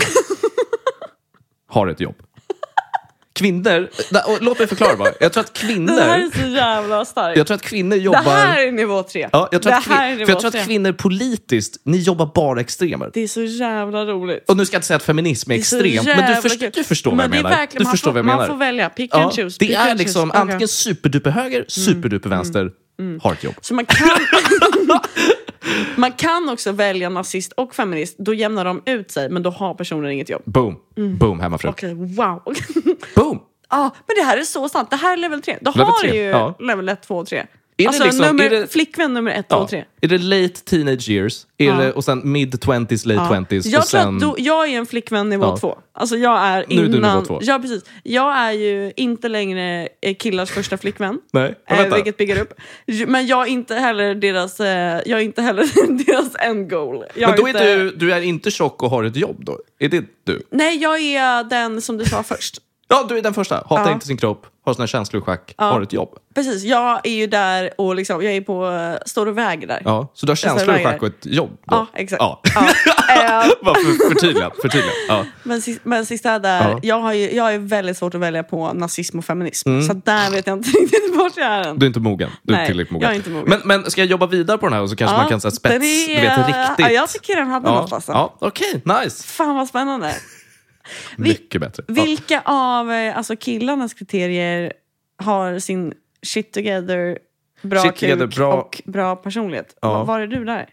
[SPEAKER 1] Har ett jobb. Kvinnor... där- och Låt mig förklara bara. Jag tror att
[SPEAKER 2] Det här är
[SPEAKER 1] kvinnor,
[SPEAKER 2] så jävla starkt.
[SPEAKER 1] jag tror att kvinnor
[SPEAKER 2] det
[SPEAKER 1] jobbar...
[SPEAKER 2] här är nivå tre.
[SPEAKER 1] ja, jag tror
[SPEAKER 2] det
[SPEAKER 1] att,
[SPEAKER 2] här är
[SPEAKER 1] kvin,
[SPEAKER 2] nivå
[SPEAKER 1] för jag tror
[SPEAKER 2] tre.
[SPEAKER 1] att kvinnor politiskt, ni jobbar bara extremer.
[SPEAKER 2] Det är så jävla roligt.
[SPEAKER 1] Och nu ska jag inte säga att feminism är
[SPEAKER 2] Det är så
[SPEAKER 1] extremt, men du,
[SPEAKER 2] jävla
[SPEAKER 1] först,
[SPEAKER 2] kul.
[SPEAKER 1] du förstår
[SPEAKER 2] Men
[SPEAKER 1] vad
[SPEAKER 2] det är
[SPEAKER 1] jag menar.
[SPEAKER 2] verkligen-
[SPEAKER 1] Du
[SPEAKER 2] man
[SPEAKER 1] förstår
[SPEAKER 2] får-
[SPEAKER 1] vad jag menar.
[SPEAKER 2] Man får välja, pick
[SPEAKER 1] Ja,
[SPEAKER 2] and choose.
[SPEAKER 1] det
[SPEAKER 2] pick
[SPEAKER 1] är
[SPEAKER 2] and
[SPEAKER 1] liksom
[SPEAKER 2] choose.
[SPEAKER 1] antingen superduper
[SPEAKER 2] Mm.
[SPEAKER 1] höger, superduper vänster, har ett jobb.
[SPEAKER 2] Så man kan, man kan också välja nazist och feminist. Då jämnar de ut sig, men då har personen inget jobb.
[SPEAKER 1] Boom, boom hemmafru.
[SPEAKER 2] Mm. Okej, wow.
[SPEAKER 1] Boom!
[SPEAKER 2] Ja, men det här är så sant. Det här är level 3. Då
[SPEAKER 1] Level
[SPEAKER 2] har
[SPEAKER 1] tre,
[SPEAKER 2] du ju
[SPEAKER 1] ja.
[SPEAKER 2] level 1, 2 och 3.
[SPEAKER 1] det
[SPEAKER 2] Alltså
[SPEAKER 1] liksom-
[SPEAKER 2] nummer,
[SPEAKER 1] är det-
[SPEAKER 2] flickvän nummer 1, 2
[SPEAKER 1] Ja.
[SPEAKER 2] och 3.
[SPEAKER 1] Är det late teenage years? Är det, och sen mid 20s, late 20s?
[SPEAKER 2] Jag,
[SPEAKER 1] och sen,
[SPEAKER 2] tror att du, jag är en flickvän nivå
[SPEAKER 1] Ja.
[SPEAKER 2] 2. Alltså jag är
[SPEAKER 1] Nu är
[SPEAKER 2] innan...
[SPEAKER 1] du nivå två.
[SPEAKER 2] Ja, precis. Jag är ju inte längre eh, killars första flickvän.
[SPEAKER 1] Nej, men
[SPEAKER 2] Eh,
[SPEAKER 1] vänta.
[SPEAKER 2] vilket piggar upp. Ju- Men jag är inte heller deras, eh, jag är inte heller deras end goal. Jag
[SPEAKER 1] men då är
[SPEAKER 2] inte,
[SPEAKER 1] du, du är inte tjock och har ett jobb då? Är det du?
[SPEAKER 2] Nej, jag är den som du sa först.
[SPEAKER 1] Ja, du är den första. Hatar
[SPEAKER 2] Ja.
[SPEAKER 1] inte sin kropp, har sina känslor i schack, har ett jobb.
[SPEAKER 2] Precis, jag är ju där och liksom, jag är på, eh, står och väger där.
[SPEAKER 1] Ja, så du har känslor i
[SPEAKER 2] vägrar.
[SPEAKER 1] schack och ett jobb? Då.
[SPEAKER 2] Ja, exakt.
[SPEAKER 1] Ja.
[SPEAKER 2] Ja. Eh,
[SPEAKER 1] Bara för, förtydliga. förtydliga. Ja.
[SPEAKER 2] Men, sis- men sista där,
[SPEAKER 1] Ja.
[SPEAKER 2] jag, har ju, jag är väldigt svårt att välja på nazism och feminism.
[SPEAKER 1] Mm.
[SPEAKER 2] Så där vet jag inte riktigt vart jag är än.
[SPEAKER 1] Du är inte mogen. Du är
[SPEAKER 2] Nej,
[SPEAKER 1] tillräckligt mogen.
[SPEAKER 2] jag är inte mogen.
[SPEAKER 1] Men, men ska jag jobba vidare på den här och så kanske
[SPEAKER 2] Ja,
[SPEAKER 1] man kan säga spets,
[SPEAKER 2] den är-
[SPEAKER 1] du vet riktigt.
[SPEAKER 2] Ja, jag tycker den hade
[SPEAKER 1] ja,
[SPEAKER 2] något alltså.
[SPEAKER 1] ja, Okej, nice.
[SPEAKER 2] Fan vad spännande. Vi-
[SPEAKER 1] Mycket bättre. Ja.
[SPEAKER 2] Vilka av eh, alltså, killarnas kriterier har sin shit together, bra
[SPEAKER 1] Shit
[SPEAKER 2] kuk
[SPEAKER 1] together, bra-
[SPEAKER 2] och bra personlighet?
[SPEAKER 1] Ja.
[SPEAKER 2] Va- Var är du där?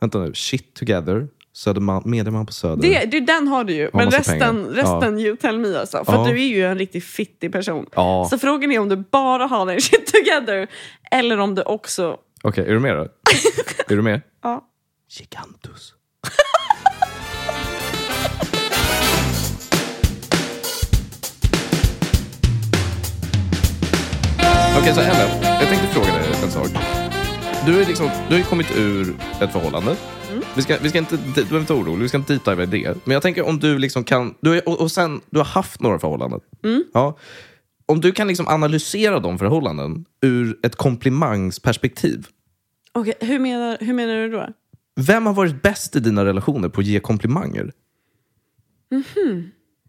[SPEAKER 1] Vänta nu. Shit together. Söderman, medieman på Söder.
[SPEAKER 2] Det, du, den har du ju, men
[SPEAKER 1] Mm. massa
[SPEAKER 2] resten,
[SPEAKER 1] pengar.
[SPEAKER 2] resten you tell me alltså. För
[SPEAKER 1] Ja.
[SPEAKER 2] att du är ju en riktigt fittig person.
[SPEAKER 1] Ja.
[SPEAKER 2] Så frågan är om du bara har den shit together eller om du också...
[SPEAKER 1] Okej, är du med då? är du med?
[SPEAKER 2] Ja.
[SPEAKER 1] Gigantus. Okej, så Ellen, jag tänkte fråga dig en sak. du har ju liksom, du har ju kommit ur ett förhållande. Vi ska, vi ska inte, du behöver inte vara orolig, vi ska inte deep dive i det. Men jag tänker om du liksom kan, du är, och, och sen, du har haft några förhållanden. Ja. Om du kan liksom analysera de förhållanden ur ett komplimangsperspektiv.
[SPEAKER 2] Okej, hur, menar, hur menar du då?
[SPEAKER 1] Vem har varit bäst i dina relationer på att ge komplimanger?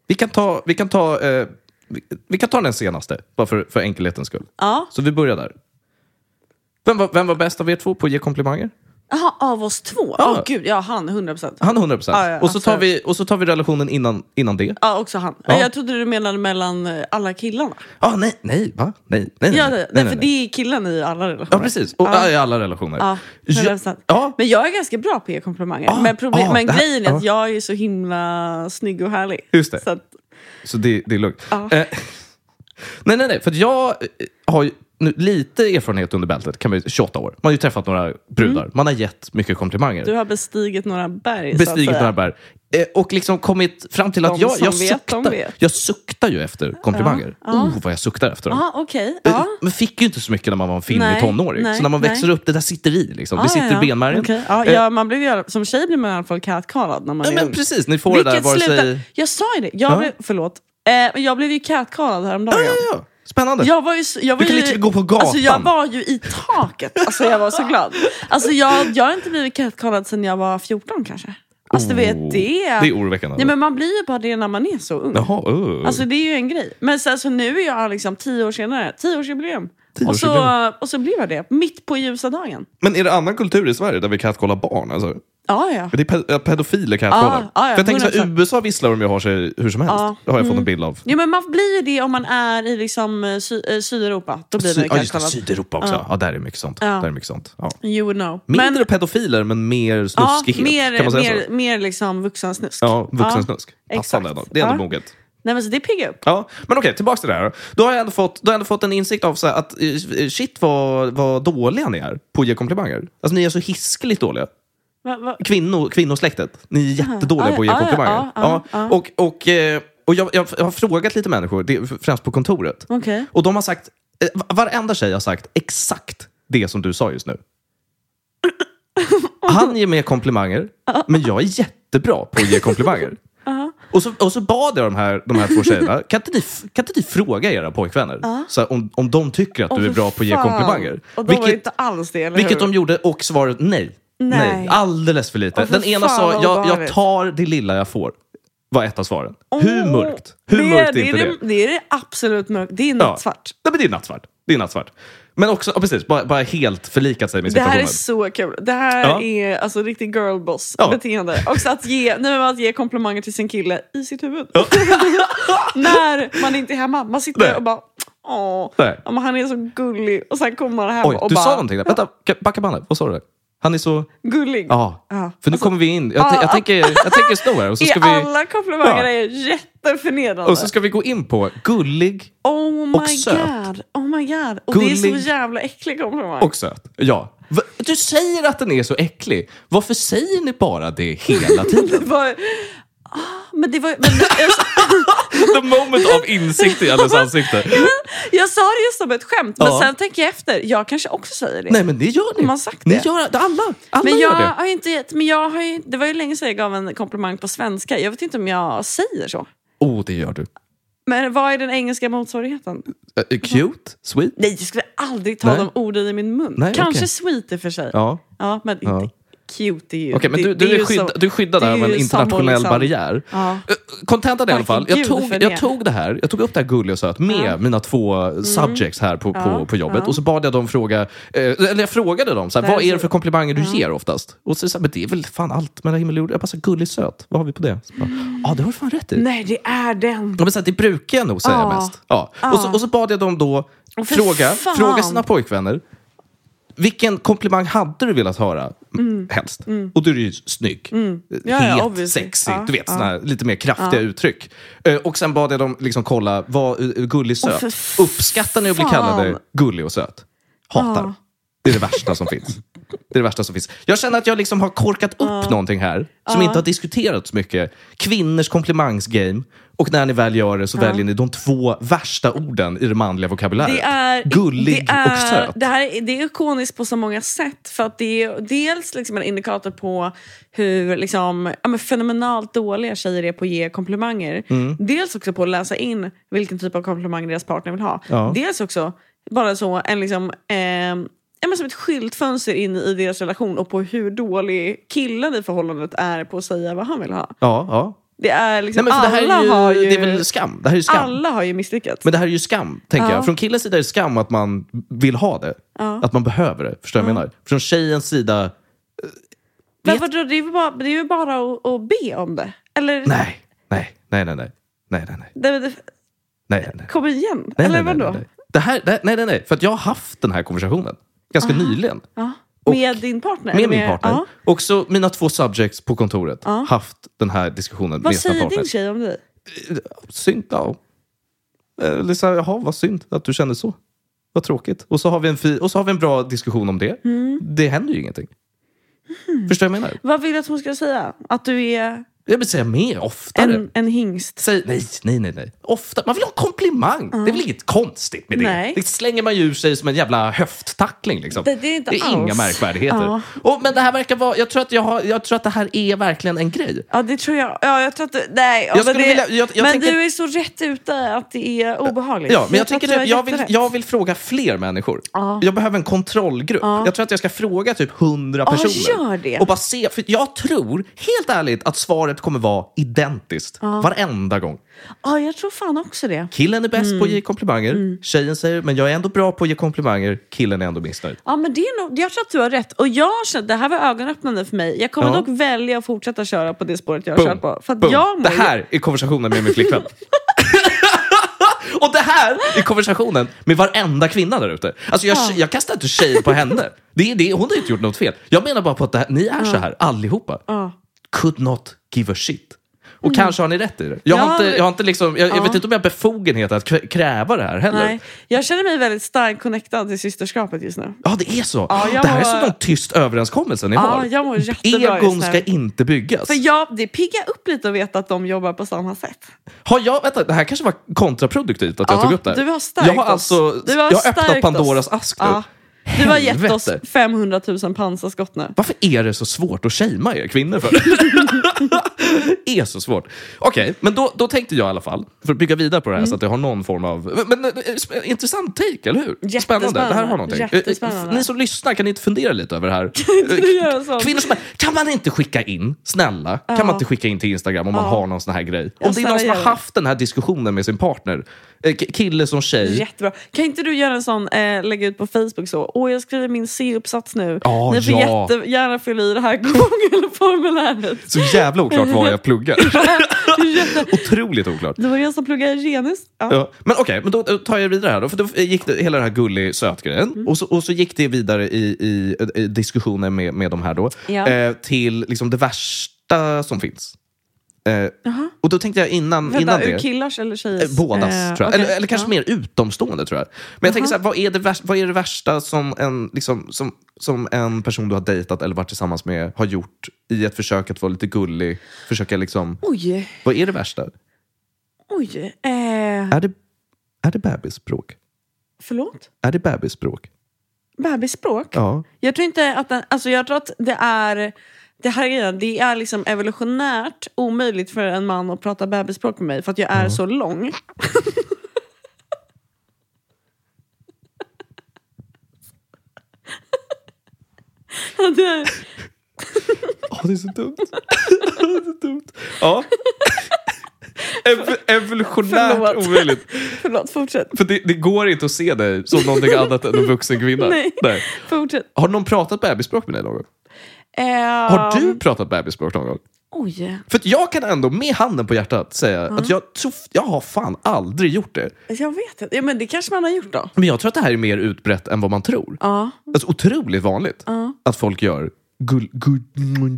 [SPEAKER 1] Vi kan ta, vi kan ta, eh, vi, vi kan ta den senaste, bara för, för enkelhetens skull.
[SPEAKER 2] Ja,
[SPEAKER 1] Så vi börjar där. Vem var, vem var bäst av er två på att ge komplimanger?
[SPEAKER 2] Aha, av oss två? Ja,
[SPEAKER 1] Ja.
[SPEAKER 2] gud. Ja, han. 100 procent.
[SPEAKER 1] Han 100 procent.
[SPEAKER 2] Ja, ja,
[SPEAKER 1] och, så tar
[SPEAKER 2] absolut.
[SPEAKER 1] vi, och så tar vi relationen innan, innan det.
[SPEAKER 2] Ja, också han.
[SPEAKER 1] Ja.
[SPEAKER 2] Jag trodde du menade mellan eh, alla killarna.
[SPEAKER 1] Ah, nej, nej, va? Nej, nej, nej.
[SPEAKER 2] Ja,
[SPEAKER 1] nej,
[SPEAKER 2] nej,
[SPEAKER 1] nej,
[SPEAKER 2] för
[SPEAKER 1] nej.
[SPEAKER 2] det är killen i alla relationer.
[SPEAKER 1] ja precis. Och,
[SPEAKER 2] Ja.
[SPEAKER 1] ja. I alla relationer.
[SPEAKER 2] Ja,
[SPEAKER 1] Ja,
[SPEAKER 2] 100%.
[SPEAKER 1] ja.
[SPEAKER 2] Men jag är ganska bra på att ge komplimanger.
[SPEAKER 1] Ah,
[SPEAKER 2] men problem,
[SPEAKER 1] ah,
[SPEAKER 2] men
[SPEAKER 1] det här-
[SPEAKER 2] grejen är att
[SPEAKER 1] ja.
[SPEAKER 2] jag är så himla snygg och härlig.
[SPEAKER 1] Just det.
[SPEAKER 2] Så att,
[SPEAKER 1] Så det, det är lugnt.
[SPEAKER 2] Ja.
[SPEAKER 1] Eh, nej, nej, nej. För att jag eh, har ju nu, lite erfarenhet under bältet. Kan man ju, 28 år. Man har ju träffat några brudar. Man har gett mycket komplimanger.
[SPEAKER 2] Mm. du har bestigit några berg. så att
[SPEAKER 1] bestigit
[SPEAKER 2] säga.
[SPEAKER 1] några bär. Eh, Och liksom kommit fram till att
[SPEAKER 2] De
[SPEAKER 1] jag,
[SPEAKER 2] som
[SPEAKER 1] jag,
[SPEAKER 2] vet, de
[SPEAKER 1] suktar,
[SPEAKER 2] vet.
[SPEAKER 1] jag suktar ju efter komplimanger.
[SPEAKER 2] Ja, ja.
[SPEAKER 1] Oh, vad jag suktar efter dem.
[SPEAKER 2] Ja, Ah, okej.
[SPEAKER 1] Eh,
[SPEAKER 2] Ja.
[SPEAKER 1] Man fick ju inte så mycket när man var en finnig
[SPEAKER 2] Nej,
[SPEAKER 1] tonåring.
[SPEAKER 2] nej,
[SPEAKER 1] så när man
[SPEAKER 2] nej.
[SPEAKER 1] växer upp, det där sitter i. Liksom.
[SPEAKER 2] Ah,
[SPEAKER 1] det sitter
[SPEAKER 2] ja, ja.
[SPEAKER 1] i benmärgen.
[SPEAKER 2] Okej. Ja,
[SPEAKER 1] Eh,
[SPEAKER 2] ja, man blev, ju- som tej blir man i alla fall catcallad när man
[SPEAKER 1] ja,
[SPEAKER 2] är
[SPEAKER 1] men
[SPEAKER 2] ung.
[SPEAKER 1] precis, ni får det där
[SPEAKER 2] Vilket
[SPEAKER 1] vare
[SPEAKER 2] slutar...
[SPEAKER 1] sig...
[SPEAKER 2] Jag sa ju det. Jag
[SPEAKER 1] Ja.
[SPEAKER 2] blev, förlåt. Eh, men jag blev ju catcallad häromdagen.
[SPEAKER 1] Ja, ja, ja. Spännande.
[SPEAKER 2] Jag var ju, så- jag var
[SPEAKER 1] Du kan
[SPEAKER 2] ju,
[SPEAKER 1] liksom gå på gatan.
[SPEAKER 2] Alltså jag var ju i taket. Alltså jag var så glad. Alltså jag, jag har inte blivit catcallad sedan jag var 14 kanske. Alltså du
[SPEAKER 1] Oh,
[SPEAKER 2] vet, det är...
[SPEAKER 1] det är oroväckande.
[SPEAKER 2] Nej, men man blir ju bara det när man är så ung.
[SPEAKER 1] Jaha, oh.
[SPEAKER 2] Alltså det är ju en grej. Men sen, så nu är jag liksom tio år senare, tioårsjubileum. Och så,
[SPEAKER 1] Tioårsjubileum.
[SPEAKER 2] och så blev jag det, mitt på ljusa dagen.
[SPEAKER 1] Men är det annan kultur i Sverige där vi catcallar barn? Alltså?
[SPEAKER 2] Ja, ja.
[SPEAKER 1] Det är pe- ja, pedofiler catcallar.
[SPEAKER 2] Ja, Ah, ja, ja,
[SPEAKER 1] För jag tänker så här,
[SPEAKER 2] 100%.
[SPEAKER 1] USA visslar de ju och har sig hur som helst.
[SPEAKER 2] Ja.
[SPEAKER 1] Det har jag fått en bild av.
[SPEAKER 2] Jo, men man blir ju det om man är i liksom, eh, sy, eh, Sydeuropa. Då blir
[SPEAKER 1] Sy-
[SPEAKER 2] man
[SPEAKER 1] ja, just det,
[SPEAKER 2] catcallad.
[SPEAKER 1] Sydeuropa också. Ja. där är mycket sånt.
[SPEAKER 2] Ja.
[SPEAKER 1] Där är mycket sånt. Ja.
[SPEAKER 2] You would know.
[SPEAKER 1] Mindre
[SPEAKER 2] Men-
[SPEAKER 1] pedofiler, men mer
[SPEAKER 2] Ja,
[SPEAKER 1] snuskighet.
[SPEAKER 2] mer,
[SPEAKER 1] kan man säga
[SPEAKER 2] mer,
[SPEAKER 1] så?
[SPEAKER 2] mer liksom vuxensnusk.
[SPEAKER 1] Ja, vuxensnusk.
[SPEAKER 2] Ja,
[SPEAKER 1] Passande
[SPEAKER 2] exakt.
[SPEAKER 1] ändå. Det är ändå
[SPEAKER 2] Ja.
[SPEAKER 1] moget.
[SPEAKER 2] Nej, men så det piggar upp.
[SPEAKER 1] Ja, men okej, tillbaka till det här. då. Då har jag ändå fått, då har jag ändå fått en insikt av så här att eh, shit vad, vad dåliga ni är på att ge komplimanger. Alltså ni är så hiskeligt dåliga.
[SPEAKER 2] Va, va?
[SPEAKER 1] Kvinno, kvinnosläktet, ni är jättedåliga
[SPEAKER 2] Ja,
[SPEAKER 1] på att ge
[SPEAKER 2] ja, ja,
[SPEAKER 1] komplimanger.
[SPEAKER 2] ja, ja, ja.
[SPEAKER 1] Och, och, eh, och jag, jag har frågat lite människor, det är främst på kontoret.
[SPEAKER 2] Okej.
[SPEAKER 1] Och de har sagt, eh, varenda tjej har sagt exakt det som du sa just nu. Han ger mig komplimanger, men jag är jättebra på att ge komplimanger. Och så, och så bad jag de här, de här två tjejerna, kan inte ni, f- kan inte ni fråga era pojkvänner så här, om, om de tycker att
[SPEAKER 2] Åh,
[SPEAKER 1] du är
[SPEAKER 2] för
[SPEAKER 1] bra på att ge
[SPEAKER 2] fan.
[SPEAKER 1] komplimanger?
[SPEAKER 2] Och de var ju
[SPEAKER 1] Vilket,
[SPEAKER 2] inte alls det, eller
[SPEAKER 1] vilket
[SPEAKER 2] hur?
[SPEAKER 1] de gjorde och svaret nej.
[SPEAKER 2] Nej.
[SPEAKER 1] Alldeles för lite.
[SPEAKER 2] Åh, för
[SPEAKER 1] Den ena
[SPEAKER 2] fan,
[SPEAKER 1] sa,
[SPEAKER 2] vad
[SPEAKER 1] jag, jag
[SPEAKER 2] obehagligt."
[SPEAKER 1] tar det lilla jag får. Var ett av svaren. Hur
[SPEAKER 2] Åh,
[SPEAKER 1] mörkt? Hur mörkt är inte
[SPEAKER 2] det? är Det är det absolut mörkt. Det är nattsvart.
[SPEAKER 1] Ja. Nej, men det är nattsvart. Det är nattsvart. Men också, ja, precis, bara, bara helt förlikat sig med
[SPEAKER 2] Det här är
[SPEAKER 1] situationen.
[SPEAKER 2] så kul. Det här
[SPEAKER 1] Ja.
[SPEAKER 2] är alltså riktigt girlboss
[SPEAKER 1] Ja.
[SPEAKER 2] beteende. Också att ge, nej, men att ge komplimanger till sin kille i sitt huvud. När man inte är hemma. Man sitter
[SPEAKER 1] Nej.
[SPEAKER 2] och bara åh,
[SPEAKER 1] Nej.
[SPEAKER 2] ja, men han är så gullig. Och sen kommer man hem
[SPEAKER 1] Oj,
[SPEAKER 2] och
[SPEAKER 1] du
[SPEAKER 2] bara
[SPEAKER 1] sa någonting där. Vänta, ka- backa bandet. Vad sa du? där? Han är så...
[SPEAKER 2] gullig.
[SPEAKER 1] Ja.
[SPEAKER 2] Ja, Alltså,
[SPEAKER 1] För nu kommer vi in. Jag, t- jag tänker, jag tänker sno här. Och så,
[SPEAKER 2] Är
[SPEAKER 1] ska vi,
[SPEAKER 2] Alla komplimanger
[SPEAKER 1] Ja.
[SPEAKER 2] är jätteförnedrande.
[SPEAKER 1] och så ska vi gå in på gullig
[SPEAKER 2] oh my
[SPEAKER 1] och söt.
[SPEAKER 2] god. Oh my god. Och det är
[SPEAKER 1] Gullig.
[SPEAKER 2] så jävla äcklig komplimang.
[SPEAKER 1] och söt. Ja. Va- Du säger att den är så äcklig. Varför säger ni bara det hela tiden?
[SPEAKER 2] Det var, Ah, men det var, men, jag,
[SPEAKER 1] The moment av insikt i hennes ansikte.
[SPEAKER 2] jag sa det ju som ett skämt, men
[SPEAKER 1] Ja.
[SPEAKER 2] sen tänker jag efter. Jag kanske också säger det.
[SPEAKER 1] Nej, men det gör ni.
[SPEAKER 2] Har man sagt
[SPEAKER 1] ni
[SPEAKER 2] det?
[SPEAKER 1] Gör, alla alla
[SPEAKER 2] men jag
[SPEAKER 1] gör det.
[SPEAKER 2] har inte gett, men jag har ju, det var ju länge sedan jag gav en komplimang på svenska. Jag vet inte om jag säger så.
[SPEAKER 1] Oh, det gör du.
[SPEAKER 2] Men vad är den engelska motsvarigheten?
[SPEAKER 1] Eh, Cute, sweet.
[SPEAKER 2] Nej, jag skulle aldrig ta
[SPEAKER 1] Nej.
[SPEAKER 2] de orden i min mun.
[SPEAKER 1] Nej,
[SPEAKER 2] Kanske
[SPEAKER 1] okej.
[SPEAKER 2] sweet i och för sig. Ja,
[SPEAKER 1] Ja.
[SPEAKER 2] men inte
[SPEAKER 1] Ja.
[SPEAKER 2] cute är ju...
[SPEAKER 1] Okej, men
[SPEAKER 2] det-
[SPEAKER 1] du,
[SPEAKER 2] det
[SPEAKER 1] du, är
[SPEAKER 2] ju
[SPEAKER 1] skyddad,
[SPEAKER 2] så-
[SPEAKER 1] du är skyddad
[SPEAKER 2] det är
[SPEAKER 1] där av en
[SPEAKER 2] ju
[SPEAKER 1] internationell
[SPEAKER 2] sambo, liksom.
[SPEAKER 1] barriär.
[SPEAKER 2] Ja.
[SPEAKER 1] Eh, Kontentan i alla fall. Jag
[SPEAKER 2] Gud,
[SPEAKER 1] tog,
[SPEAKER 2] för det. Mm.
[SPEAKER 1] jag tog det här Jag tog upp det här gulliga och söt med mina två subjects här på, på, på jobbet. Och så bad jag dem fråga, eh, eller jag frågade dem, så här,
[SPEAKER 2] Där
[SPEAKER 1] vad är
[SPEAKER 2] så-
[SPEAKER 1] det för komplimanger du ger oftast? Och så sa jag, men det är väl fan allt mellan himmel och jord. Jag bara, så här, gullig söt, vad har vi på det? Så bara, Ja, det har du fan rätt i.
[SPEAKER 2] Nej, det är den.
[SPEAKER 1] Ja, men så här, det brukar jag nog säga
[SPEAKER 2] Ja.
[SPEAKER 1] mest. Ja. Och, så, och så bad jag dem då
[SPEAKER 2] för
[SPEAKER 1] fråga,
[SPEAKER 2] fan.
[SPEAKER 1] fråga sina pojkvänner. Vilken komplimang hade du velat höra mm. helst? Och du är det ju snygg,
[SPEAKER 2] Mm. Ja,
[SPEAKER 1] het,
[SPEAKER 2] ja, obviously.
[SPEAKER 1] sexig,
[SPEAKER 2] Ja,
[SPEAKER 1] du vet såna här lite mer kraftiga uttryck. Eh, Och sen bad jag dem liksom kolla, vad eh, gullig söt?
[SPEAKER 2] för
[SPEAKER 1] Uppskattar ni att bli
[SPEAKER 2] fan.
[SPEAKER 1] kallade gullig och söt? Hatar. Det är det värsta som finns. Det Det är det värsta som finns. Jag känner att jag liksom har korkat upp någonting här som inte har diskuterats mycket. Kvinnors komplimangsgame och när ni väl gör det så väljer ni de två värsta orden i det manliga vokabuläret.
[SPEAKER 2] Det är,
[SPEAKER 1] Gullig
[SPEAKER 2] det är,
[SPEAKER 1] och söt.
[SPEAKER 2] Det, här, är- det är ikoniskt på så många sätt. För att det är dels liksom en indikator på hur liksom, ja, men fenomenalt dåliga tjejer är på att ge komplimanger.
[SPEAKER 1] Mm.
[SPEAKER 2] Dels också på att läsa in vilken typ av komplimang deras partner vill ha.
[SPEAKER 1] Ja.
[SPEAKER 2] Dels också bara så en liksom, ehm, ja, men som ett skyltfönster in i deras relation och på hur dålig killen i förhållandet är på att säga vad han vill ha.
[SPEAKER 1] Ja, ja.
[SPEAKER 2] Det är liksom,
[SPEAKER 1] Nej, men för det här
[SPEAKER 2] alla
[SPEAKER 1] är ju,
[SPEAKER 2] har ju...
[SPEAKER 1] Det är väl skam? Det här är ju skam.
[SPEAKER 2] alla har ju misslyckats.
[SPEAKER 1] Men det här är ju skam, tänker
[SPEAKER 2] Ja.
[SPEAKER 1] jag. Från killens sida är det skam att man vill ha det. Att man behöver det. Förstår du vad jag menar? Från tjejens sida,
[SPEAKER 2] Men
[SPEAKER 1] Vet-
[SPEAKER 2] vadå, det är ju bara, det är ju bara att, att be om det. Eller?
[SPEAKER 1] nej, nej, nej, nej, nej, nej, nej, nej,
[SPEAKER 2] Det, det,
[SPEAKER 1] nej, nej, nej.
[SPEAKER 2] kom igen.
[SPEAKER 1] Nej, nej,
[SPEAKER 2] Eller vadå?
[SPEAKER 1] nej, nej, nej. Det här, nej, nej, nej, nej. För att jag har haft den här konversationen ganska nyligen.
[SPEAKER 2] Ja.
[SPEAKER 1] Och-
[SPEAKER 2] Med din partner?
[SPEAKER 1] Med min partner.
[SPEAKER 2] Ja.
[SPEAKER 1] Och så mina två subjects på kontoret.
[SPEAKER 2] Ja.
[SPEAKER 1] Haft den här diskussionen
[SPEAKER 2] Vad
[SPEAKER 1] med sina
[SPEAKER 2] säger
[SPEAKER 1] partner.
[SPEAKER 2] din tjej om dig?
[SPEAKER 1] Synd, ja. Eller så här, jaha, vad synd att du känner så. Vad tråkigt. Och så har vi en, fi- och så har vi en bra diskussion om det.
[SPEAKER 2] Mm.
[SPEAKER 1] Det händer ju ingenting. Förstår du vad jag menar?
[SPEAKER 2] Vad vill du att hon ska säga? Att du är
[SPEAKER 1] Jag vill säga mer, oftare.
[SPEAKER 2] en, en hingst?
[SPEAKER 1] Säg, nej, nej, nej, nej. Ofta. Man vill ha en komplimang. Det är väl inget konstigt med det?
[SPEAKER 2] Nej.
[SPEAKER 1] Det slänger man ju ur sig som en jävla höfttackling. Liksom.
[SPEAKER 2] Det- det är inte alls.
[SPEAKER 1] inga märkvärdigheter.
[SPEAKER 2] Ja.
[SPEAKER 1] Och, men det här verkar vara... Jag tror, att jag, har, jag tror att det här är verkligen en grej.
[SPEAKER 2] Ja, det tror jag. Ja, jag tror att du, nej, ja,
[SPEAKER 1] Jag
[SPEAKER 2] men
[SPEAKER 1] skulle
[SPEAKER 2] det,
[SPEAKER 1] vilja- jag- jag
[SPEAKER 2] men
[SPEAKER 1] tänker-
[SPEAKER 2] du är så rätt ute att det är obehagligt.
[SPEAKER 1] Ja, men jag,
[SPEAKER 2] tror att
[SPEAKER 1] tänker
[SPEAKER 2] du
[SPEAKER 1] typ,
[SPEAKER 2] har
[SPEAKER 1] jag, vill,
[SPEAKER 2] jätterätt.
[SPEAKER 1] jag vill fråga fler människor. Jag behöver en kontrollgrupp. Jag tror att jag ska fråga typ 100
[SPEAKER 2] Ja,
[SPEAKER 1] personer.
[SPEAKER 2] gör det.
[SPEAKER 1] Och bara se, för jag tror, helt ärligt, att svaret kommer vara identiskt varenda gång.
[SPEAKER 2] Ja, jag tror fan också det.
[SPEAKER 1] Killen är bäst på
[SPEAKER 2] Mm.
[SPEAKER 1] att ge komplimanger. Tjejen säger, men jag är ändå bra på att ge komplimanger. Killen är ändå missnöjd.
[SPEAKER 2] Ja, men det är nog, jag tror att du har rätt. Och jag känner, det här var ögonöppnande för mig. Jag kommer
[SPEAKER 1] Ja.
[SPEAKER 2] dock välja att fortsätta köra på det spåret jag har
[SPEAKER 1] Boom.
[SPEAKER 2] kört på. För att
[SPEAKER 1] Boom.
[SPEAKER 2] jag mår
[SPEAKER 1] det
[SPEAKER 2] ju-
[SPEAKER 1] här är konversationen med min flickvän. Och det här är konversationen med varenda kvinna där ute. Alltså jag, jag kastar inte shade på henne. Det är det, hon har inte gjort något fel. Jag menar bara på att det här, ni är så här allihopa.
[SPEAKER 2] Ja. Mm.
[SPEAKER 1] Could not give a shit. Och kanske har ni rätt i det. Jag, har
[SPEAKER 2] Ja,
[SPEAKER 1] inte, jag, har inte liksom, jag, jag
[SPEAKER 2] ja.
[SPEAKER 1] vet inte om jag har befogenhet att krä- kräva det här heller.
[SPEAKER 2] Nej, jag känner mig väldigt starkt connectad till systerskapet just nu.
[SPEAKER 1] Ja, det är så.
[SPEAKER 2] Ja, jag
[SPEAKER 1] det här är
[SPEAKER 2] mår-
[SPEAKER 1] som någon tyst överenskommelse ni
[SPEAKER 2] Ja,
[SPEAKER 1] har.
[SPEAKER 2] jag mår jättebra
[SPEAKER 1] Egon
[SPEAKER 2] just
[SPEAKER 1] ska
[SPEAKER 2] nu.
[SPEAKER 1] inte byggas.
[SPEAKER 2] För jag, det piggar upp lite att veta att de jobbar på samma sätt.
[SPEAKER 1] Har jag, vänta, det här kanske var kontraproduktivt att jag
[SPEAKER 2] Ja,
[SPEAKER 1] tog upp det här.
[SPEAKER 2] du har stärkt
[SPEAKER 1] jag har
[SPEAKER 2] oss.
[SPEAKER 1] alltså
[SPEAKER 2] Du har
[SPEAKER 1] jag har öppnat
[SPEAKER 2] stärkt
[SPEAKER 1] Pandoras
[SPEAKER 2] oss.
[SPEAKER 1] ask nu.
[SPEAKER 2] Ja. Du har gett oss
[SPEAKER 1] Helvete.
[SPEAKER 2] 500 000 pansarskott nu.
[SPEAKER 1] Varför är det så svårt att shamea er kvinnor för? är så svårt. Okej, men då, då tänkte jag i alla fall, för att bygga vidare på det här
[SPEAKER 2] Mm.
[SPEAKER 1] så att jag har någon form av... Men, men, eh, intressant take, eller hur? Spännande. Det här har någonting. Eh, eh,
[SPEAKER 2] Jättespännande.
[SPEAKER 1] Ni som lyssnar, kan ni inte fundera lite över det här? Eh,
[SPEAKER 2] Du gör en sån.
[SPEAKER 1] Kvinnor som bara, kan man inte skicka in, snälla, kan man inte skicka in till Instagram om man har någon sån här grej? Om det är
[SPEAKER 2] snälla,
[SPEAKER 1] någon som har
[SPEAKER 2] gör det.
[SPEAKER 1] haft den här diskussionen med sin partner, eh, k- kille som tjej.
[SPEAKER 2] Jättebra. Kan inte du göra en sån, eh, lägga ut på Facebook så, åh jag skriver min C-uppsats nu.
[SPEAKER 1] Ja,
[SPEAKER 2] Ni får
[SPEAKER 1] ja.
[SPEAKER 2] jättegärna fylla i det här Google-formuläret.
[SPEAKER 1] Så jävla oklart vad jag pluggar. Otroligt oklart.
[SPEAKER 2] Det var jag som pluggade genus. Ja.
[SPEAKER 1] Ja. Men okej, men då eh, tar jag vidare här. Då, för då gick det, hela den här gullig söt-grejen.
[SPEAKER 2] Mm.
[SPEAKER 1] Och, så, och så gick det vidare i, i, i diskussionen med, med de här då.
[SPEAKER 2] Ja.
[SPEAKER 1] Eh, till liksom det värsta som finns. Eh, och då tänkte jag innan, innan
[SPEAKER 2] Vänta,
[SPEAKER 1] det.
[SPEAKER 2] ur killars eller tjejers?
[SPEAKER 1] Eh, Bådas,
[SPEAKER 2] Eh,
[SPEAKER 1] tror jag.
[SPEAKER 2] okej.
[SPEAKER 1] Eller, eller kanske
[SPEAKER 2] Ja.
[SPEAKER 1] mer utomstående, tror jag. Men jag tänker så här, vad är det värsta, vad är det värsta som, en, liksom, som, som en person du har dejtat eller varit tillsammans med har gjort i ett försök att vara lite gullig? Försöka liksom,
[SPEAKER 2] Oj,
[SPEAKER 1] vad är det värsta?
[SPEAKER 2] oj. Eh,
[SPEAKER 1] Är det, är det bebisspråk?
[SPEAKER 2] förlåt?
[SPEAKER 1] Är det bebisspråk?
[SPEAKER 2] Bebisspråk?
[SPEAKER 1] Ja.
[SPEAKER 2] Jag tror inte att den, alltså jag tror att det är det här är grejen, det är liksom evolutionärt omöjligt för en man att prata bebisspråk med mig för att jag är så lång. Ja, det-
[SPEAKER 1] Åh, det är så dumt. det är så dumt. Ja. Ev- evolutionärt
[SPEAKER 2] Förlåt.
[SPEAKER 1] omöjligt.
[SPEAKER 2] Förlåt, fortsätt.
[SPEAKER 1] För det, det går inte att se dig som någonting annat än en vuxen kvinna.
[SPEAKER 2] Nej. fortsätt.
[SPEAKER 1] Har någon pratat bebisspråk med dig någon gång? Har
[SPEAKER 2] Ehm,
[SPEAKER 1] du pratat bebisspråk någon gång?
[SPEAKER 2] Oj.
[SPEAKER 1] För att jag kan ändå med handen på hjärtat säga att jag, tror, jag har fan aldrig gjort det.
[SPEAKER 2] Jag vet inte. Ja, men det kanske man har gjort då.
[SPEAKER 1] Men jag tror att det här är mer utbrett än vad man tror.
[SPEAKER 2] Ja.
[SPEAKER 1] Alltså otroligt vanligt att folk gör gull, gull, gull,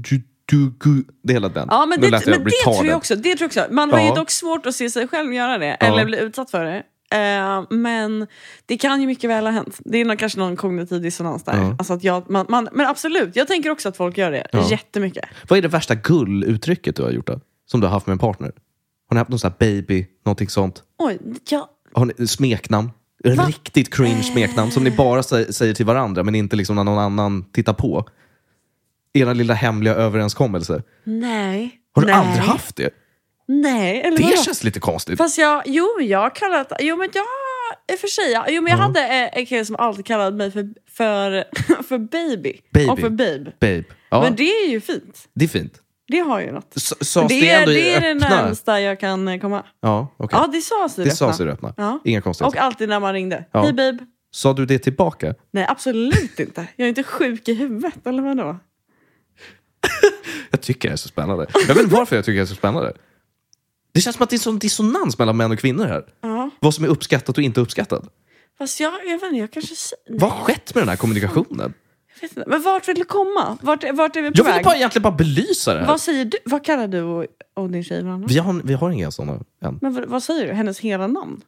[SPEAKER 1] gull, gull. Det är hela den.
[SPEAKER 2] Ja, men
[SPEAKER 1] Nu
[SPEAKER 2] det,
[SPEAKER 1] lät
[SPEAKER 2] men det tror
[SPEAKER 1] retarded.
[SPEAKER 2] jag också. Det tror jag också. Man har
[SPEAKER 1] Ja.
[SPEAKER 2] ju dock svårt att se sig själv göra det,
[SPEAKER 1] Ja.
[SPEAKER 2] eller bli utsatt för det. Eh, men det kan ju mycket väl ha hänt. Det är nog, kanske någon kognitiv dissonans där.
[SPEAKER 1] Ja.
[SPEAKER 2] Alltså att jag, man, man, men absolut, jag tänker också att folk gör det
[SPEAKER 1] Ja.
[SPEAKER 2] jättemycket.
[SPEAKER 1] Vad är det värsta gulluttrycket du har gjort då? Som du har haft med en partner? Har ni haft någon sån här baby, någonting sånt?
[SPEAKER 2] Oj, jag,
[SPEAKER 1] Har ni smeknamn? Riktigt
[SPEAKER 2] Eh.
[SPEAKER 1] cringe smeknamn som ni bara sä- säger till varandra men inte liksom när någon annan tittar på. Era lilla hemliga överenskommelse.
[SPEAKER 2] nej.
[SPEAKER 1] Har du
[SPEAKER 2] nej,
[SPEAKER 1] aldrig haft det?
[SPEAKER 2] Nej, eller
[SPEAKER 1] Det
[SPEAKER 2] vadå?
[SPEAKER 1] känns lite konstigt.
[SPEAKER 2] Fast jag, jo jag kallat, jo men jag, i och för sig, ja. jo men jag
[SPEAKER 1] Ja.
[SPEAKER 2] hade eh, en kille som alltid kallade mig för, för, för baby.
[SPEAKER 1] Baby.
[SPEAKER 2] Och för babe.
[SPEAKER 1] Babe. Ja,
[SPEAKER 2] Men
[SPEAKER 1] det...
[SPEAKER 2] det är ju fint.
[SPEAKER 1] är fint.
[SPEAKER 2] Det har ju något.
[SPEAKER 1] S- Sas det,
[SPEAKER 2] Det är
[SPEAKER 1] ändå i
[SPEAKER 2] det, är det
[SPEAKER 1] öppna?
[SPEAKER 2] närmsta jag kan eh, komma.
[SPEAKER 1] Ja, okej.
[SPEAKER 2] Ja, det sades i
[SPEAKER 1] det sas i
[SPEAKER 2] öppna.
[SPEAKER 1] det öppna.
[SPEAKER 2] Ja.
[SPEAKER 1] Inga
[SPEAKER 2] Och
[SPEAKER 1] konstigheter.
[SPEAKER 2] alltid när man ringde.
[SPEAKER 1] Ja.
[SPEAKER 2] Hej babe.
[SPEAKER 1] Sa du det tillbaka?
[SPEAKER 2] Nej, absolut inte. Jag är inte sjuk i huvudet, eller vadå?
[SPEAKER 1] Jag tycker det är så spännande. Jag vet inte varför jag tycker det är så spännande. Det känns som att det är en sån dissonans mellan män och kvinnor här.
[SPEAKER 2] Ja.
[SPEAKER 1] Vad som är uppskattat och inte uppskattat.
[SPEAKER 2] Fast jag, jag vet inte, jag kanske... s- Nej,
[SPEAKER 1] Vad har skett med den här kommunikationen?
[SPEAKER 2] jag vet inte. Men vart vill du komma? Vart, vart är vi på
[SPEAKER 1] Jag ville
[SPEAKER 2] väg?
[SPEAKER 1] bara, egentligen bara belysa det här.
[SPEAKER 2] Vad säger du? Vad kallar du och, och din tjej varandra?
[SPEAKER 1] Vi har, vi har inga såna än.
[SPEAKER 2] Men vad, vad säger du? Hennes hela namn?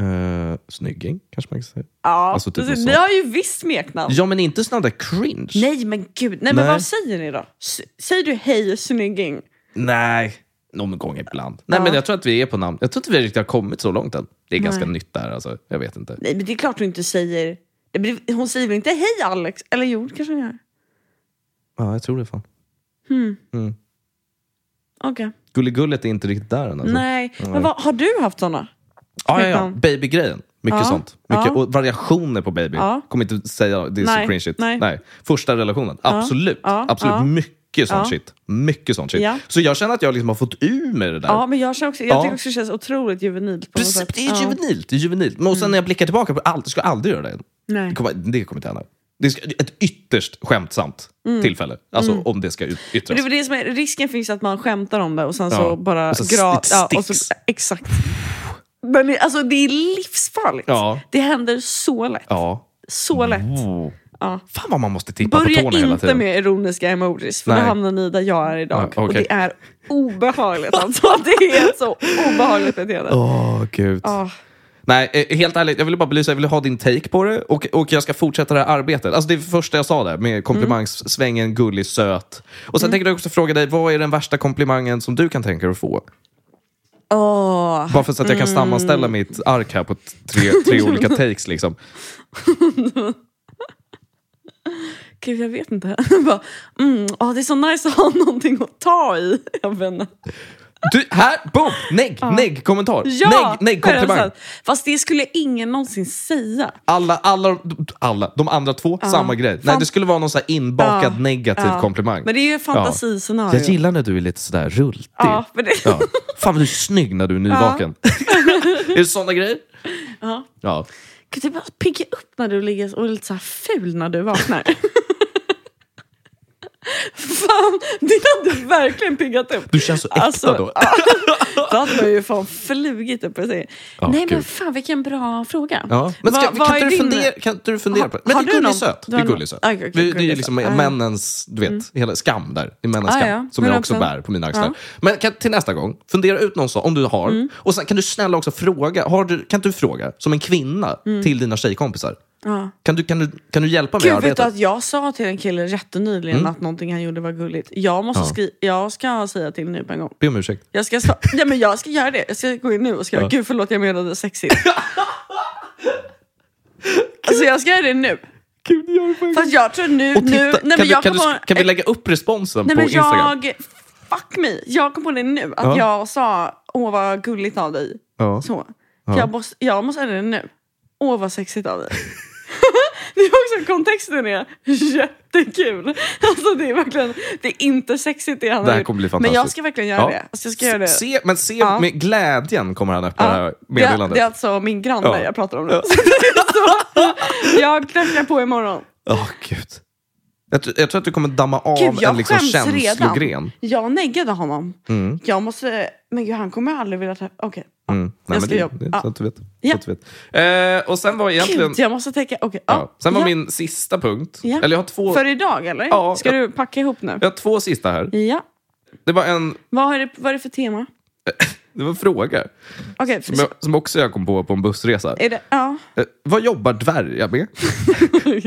[SPEAKER 1] Uh, snygging, kanske man kan säga.
[SPEAKER 2] Ja,
[SPEAKER 1] Alltså, typ
[SPEAKER 2] du-
[SPEAKER 1] något
[SPEAKER 2] ni
[SPEAKER 1] sånt.
[SPEAKER 2] har ju visst smeknamn.
[SPEAKER 1] Ja, men inte sån där cringe.
[SPEAKER 2] Nej men gud, nej men
[SPEAKER 1] Nej.
[SPEAKER 2] vad säger ni då? S- säger du hej snygging?
[SPEAKER 1] Nej. Någon gång ibland. Nej,
[SPEAKER 2] Ja.
[SPEAKER 1] men jag tror att vi är på namn. Jag tror inte vi riktigt har kommit så långt än. Det är ganska
[SPEAKER 2] Nej.
[SPEAKER 1] nytt där alltså. Jag vet inte.
[SPEAKER 2] Nej men det är klart du inte säger, det blir- hon säger väl inte hej Alex? Eller jo det kanske hon gör.
[SPEAKER 1] Ja, jag tror det fan.
[SPEAKER 2] Hmm.
[SPEAKER 1] Mm.
[SPEAKER 2] Okej,
[SPEAKER 1] Gulligullet är inte riktigt där än alltså.
[SPEAKER 2] nej. Men vad, har du haft såna?
[SPEAKER 1] Ja, ja, ja.
[SPEAKER 2] Smeknamn.
[SPEAKER 1] Babygrejen. Mycket
[SPEAKER 2] Liksom. Ja,
[SPEAKER 1] sånt. Mycket,
[SPEAKER 2] ja.
[SPEAKER 1] Och variationer på baby.
[SPEAKER 2] Ja.
[SPEAKER 1] Kommer inte säga det är
[SPEAKER 2] Nej,
[SPEAKER 1] så cringe shit.
[SPEAKER 2] nej.
[SPEAKER 1] Första relationen. Absolut.
[SPEAKER 2] ja,
[SPEAKER 1] Absolut.
[SPEAKER 2] ja.
[SPEAKER 1] Mycket sånt
[SPEAKER 2] Ja.
[SPEAKER 1] shit. Mycket sånt shit.
[SPEAKER 2] Ja.
[SPEAKER 1] Så jag känner att jag liksom har fått ur mig det där.
[SPEAKER 2] Ja men jag, känner också, jag
[SPEAKER 1] Ja.
[SPEAKER 2] tycker också det känns otroligt juvenilt på något
[SPEAKER 1] Precis,
[SPEAKER 2] sätt.
[SPEAKER 1] det är
[SPEAKER 2] Ja. Mm.
[SPEAKER 1] juvenilt. Det är juvenilt. Men och sen när jag blickar tillbaka på det, allt, jag skulle aldrig göra det. Det
[SPEAKER 2] Nej.
[SPEAKER 1] kommer, det kommer inte hända. Det är ett ytterst skämtsamt tillfälle. Alltså om det ska ut-
[SPEAKER 2] Men
[SPEAKER 1] yttras.
[SPEAKER 2] Mm. det är väl det som är, risken finns att man skämtar om det och sen
[SPEAKER 1] Ja.
[SPEAKER 2] så bara
[SPEAKER 1] Och så
[SPEAKER 2] gra-
[SPEAKER 1] st-
[SPEAKER 2] ja, och så,
[SPEAKER 1] sticks.
[SPEAKER 2] Exakt. Men det, alltså, det är livsfarligt.
[SPEAKER 1] Ja.
[SPEAKER 2] Det händer så lätt.
[SPEAKER 1] Ja.
[SPEAKER 2] Så lätt.
[SPEAKER 1] Oh.
[SPEAKER 2] Ja.
[SPEAKER 1] Fan vad man måste tippa på
[SPEAKER 2] Börja
[SPEAKER 1] tårna hela
[SPEAKER 2] inte
[SPEAKER 1] tiden.
[SPEAKER 2] med ironiska emojis, för då
[SPEAKER 1] Nej.
[SPEAKER 2] hamnar ni där jag är idag.
[SPEAKER 1] Ja,
[SPEAKER 2] Och
[SPEAKER 1] okej.
[SPEAKER 2] det är obehagligt alltså. Det är ett så obehagligt beteende.
[SPEAKER 1] Åh, gud.
[SPEAKER 2] Ah.
[SPEAKER 1] Nej, eh, helt ärligt, jag ville bara belysa, jag ville ha din take på det och, och jag ska fortsätta det här arbetet. Alltså det första jag sa där med komplimangssvängen, gullig, söt. Och
[SPEAKER 2] Mm.
[SPEAKER 1] sen tänker jag också fråga dig, vad är den värsta komplimangen som du kan tänka dig att få?
[SPEAKER 2] Åh.
[SPEAKER 1] Bara för så att jag kan sammanställa
[SPEAKER 2] Mm.
[SPEAKER 1] mitt ark här på t- tre, tre olika takes liksom.
[SPEAKER 2] Gud, jag vet inte. Bara, mm, åh, det är så nice att ha någonting att ta i. Jag vet inte.
[SPEAKER 1] Du, här, boom! Negg, negg, kommentar.
[SPEAKER 2] Ah. Ja,
[SPEAKER 1] negg, negg,
[SPEAKER 2] det är det
[SPEAKER 1] komplimang.
[SPEAKER 2] sant. Fast det skulle ingen någonsin säga.
[SPEAKER 1] Alla, alla, alla, de andra två,
[SPEAKER 2] Ah.
[SPEAKER 1] samma grej. Nej, det skulle vara någon så här inbakad
[SPEAKER 2] Ja.
[SPEAKER 1] negativ
[SPEAKER 2] Ja.
[SPEAKER 1] komplimang.
[SPEAKER 2] Ah. Men det är ju fantasiscenario.
[SPEAKER 1] jag gillar när du är lite sådär rultig.
[SPEAKER 2] ja, men det.
[SPEAKER 1] Ja. Fan vad du är snygg när du är nyvaken. är det sådana grejer?
[SPEAKER 2] Ja.
[SPEAKER 1] Ja.
[SPEAKER 2] Gud, det bara piggar upp när du ligger och är lite så här ful när du vaknar. fan, det hade verkligen piggat upp.
[SPEAKER 1] Du känns så äkta
[SPEAKER 2] Alltså,
[SPEAKER 1] då.
[SPEAKER 2] Då hade man ju fan flugit upp och säger.
[SPEAKER 1] Ja,
[SPEAKER 2] Nej men
[SPEAKER 1] gud.
[SPEAKER 2] fan vilken bra fråga.
[SPEAKER 1] Ja. Men ska,
[SPEAKER 2] Vad- vad
[SPEAKER 1] kan,
[SPEAKER 2] är
[SPEAKER 1] inte du
[SPEAKER 2] din-
[SPEAKER 1] fundera, kan inte du fundera
[SPEAKER 2] Har-
[SPEAKER 1] på det? Men
[SPEAKER 2] har
[SPEAKER 1] det
[SPEAKER 2] du
[SPEAKER 1] är gullig
[SPEAKER 2] någon-
[SPEAKER 1] söt.
[SPEAKER 2] du
[SPEAKER 1] Det
[SPEAKER 2] har
[SPEAKER 1] är
[SPEAKER 2] någon-
[SPEAKER 1] gullig söt.
[SPEAKER 2] Okej, okej,
[SPEAKER 1] Det är- det är ju
[SPEAKER 2] gullig
[SPEAKER 1] liksom
[SPEAKER 2] söt. Ah.
[SPEAKER 1] männens du vet, hela skam där. Det är männens
[SPEAKER 2] Ah,
[SPEAKER 1] skam
[SPEAKER 2] ja.
[SPEAKER 1] som jag
[SPEAKER 2] Men
[SPEAKER 1] också
[SPEAKER 2] också-
[SPEAKER 1] bär på mina axlar. Men kan, till nästa gång, fundera ut någon sån, om du har.
[SPEAKER 2] Mm.
[SPEAKER 1] Och sen kan du snälla också fråga, har du, kan inte du fråga som en kvinna till dina tjejkompisar?
[SPEAKER 2] Ja.
[SPEAKER 1] Kan, du, kan, du, kan du hjälpa mig i
[SPEAKER 2] Mm. Gud, vet du
[SPEAKER 1] arbetet?
[SPEAKER 2] att jag sa till en kille rätt nyligen att någonting han gjorde var gulligt. Jag, måste
[SPEAKER 1] Mm. Ja.
[SPEAKER 2] skri- jag ska säga till nu på en gång.
[SPEAKER 1] Be om ursäkt.
[SPEAKER 2] Jag ska, sva- ja, men jag ska göra det. Jag ska gå in nu och skriva gud förlåt jag menade sexigt. alltså jag ska göra det nu.
[SPEAKER 1] Gud, jag
[SPEAKER 2] Fast jag tror nu...
[SPEAKER 1] och titta,
[SPEAKER 2] nu
[SPEAKER 1] kan,
[SPEAKER 2] nej, men
[SPEAKER 1] du,
[SPEAKER 2] jag
[SPEAKER 1] kan, du,
[SPEAKER 2] på,
[SPEAKER 1] kan vi lägga upp responsen
[SPEAKER 2] nej,
[SPEAKER 1] på
[SPEAKER 2] men
[SPEAKER 1] Instagram?
[SPEAKER 2] jag, Fuck me. Jag kom på det nu. Att
[SPEAKER 1] Ja.
[SPEAKER 2] jag sa åh vad gulligt av dig.
[SPEAKER 1] Ja.
[SPEAKER 2] Så.
[SPEAKER 1] Ja.
[SPEAKER 2] Jag, måste, jag måste ändra det nu. Åh vad sexigt av dig. det är också kontexten är jättekul. Alltså det är verkligen, det är inte sexigt det han
[SPEAKER 1] Det
[SPEAKER 2] har
[SPEAKER 1] här
[SPEAKER 2] gjort.
[SPEAKER 1] kommer bli
[SPEAKER 2] Men jag
[SPEAKER 1] fantastiskt.
[SPEAKER 2] ska verkligen göra
[SPEAKER 1] Ja.
[SPEAKER 2] det. Alltså, jag ska göra det.
[SPEAKER 1] Se, men se
[SPEAKER 2] Ja.
[SPEAKER 1] med glädjen kommer han öppna
[SPEAKER 2] Ja,
[SPEAKER 1] det här
[SPEAKER 2] det,
[SPEAKER 1] meddelandet.
[SPEAKER 2] det är alltså min granne
[SPEAKER 1] Ja.
[SPEAKER 2] jag pratar om nu. Så det är så, jag knackar på imorgon.
[SPEAKER 1] Åh, gud. Jag, tr- jag tror att du kommer damma av
[SPEAKER 2] Gud, jag
[SPEAKER 1] en liksom
[SPEAKER 2] skäms
[SPEAKER 1] känslogren.
[SPEAKER 2] redan. Jag neggade honom.
[SPEAKER 1] Mm.
[SPEAKER 2] Jag måste, men gud, han kommer aldrig vilja träffa... Okej.
[SPEAKER 1] Mm. Nej,
[SPEAKER 2] Jag
[SPEAKER 1] men
[SPEAKER 2] ska
[SPEAKER 1] det,
[SPEAKER 2] jobba.
[SPEAKER 1] det, är så
[SPEAKER 2] Ja.
[SPEAKER 1] att du vet.
[SPEAKER 2] Ja.
[SPEAKER 1] Så att du vet. Eh, och sen var egentligen...
[SPEAKER 2] Gud, jag måste tänka. Okej.
[SPEAKER 1] ja.
[SPEAKER 2] Ja.
[SPEAKER 1] Sen var
[SPEAKER 2] ja.
[SPEAKER 1] min sista punkt.
[SPEAKER 2] Ja.
[SPEAKER 1] Eller jag har två,
[SPEAKER 2] För idag eller?
[SPEAKER 1] Ja,
[SPEAKER 2] ska
[SPEAKER 1] ja.
[SPEAKER 2] du packa ihop nu?
[SPEAKER 1] jag har två sista här.
[SPEAKER 2] Ja.
[SPEAKER 1] Det var en...
[SPEAKER 2] Vad är det, vad är det för tema?
[SPEAKER 1] det var en fråga.
[SPEAKER 2] Okej, för-
[SPEAKER 1] Som, jag, som också jag kom på på en bussresa.
[SPEAKER 2] är det, ja.
[SPEAKER 1] Eh, vad jobbar dvärgar med?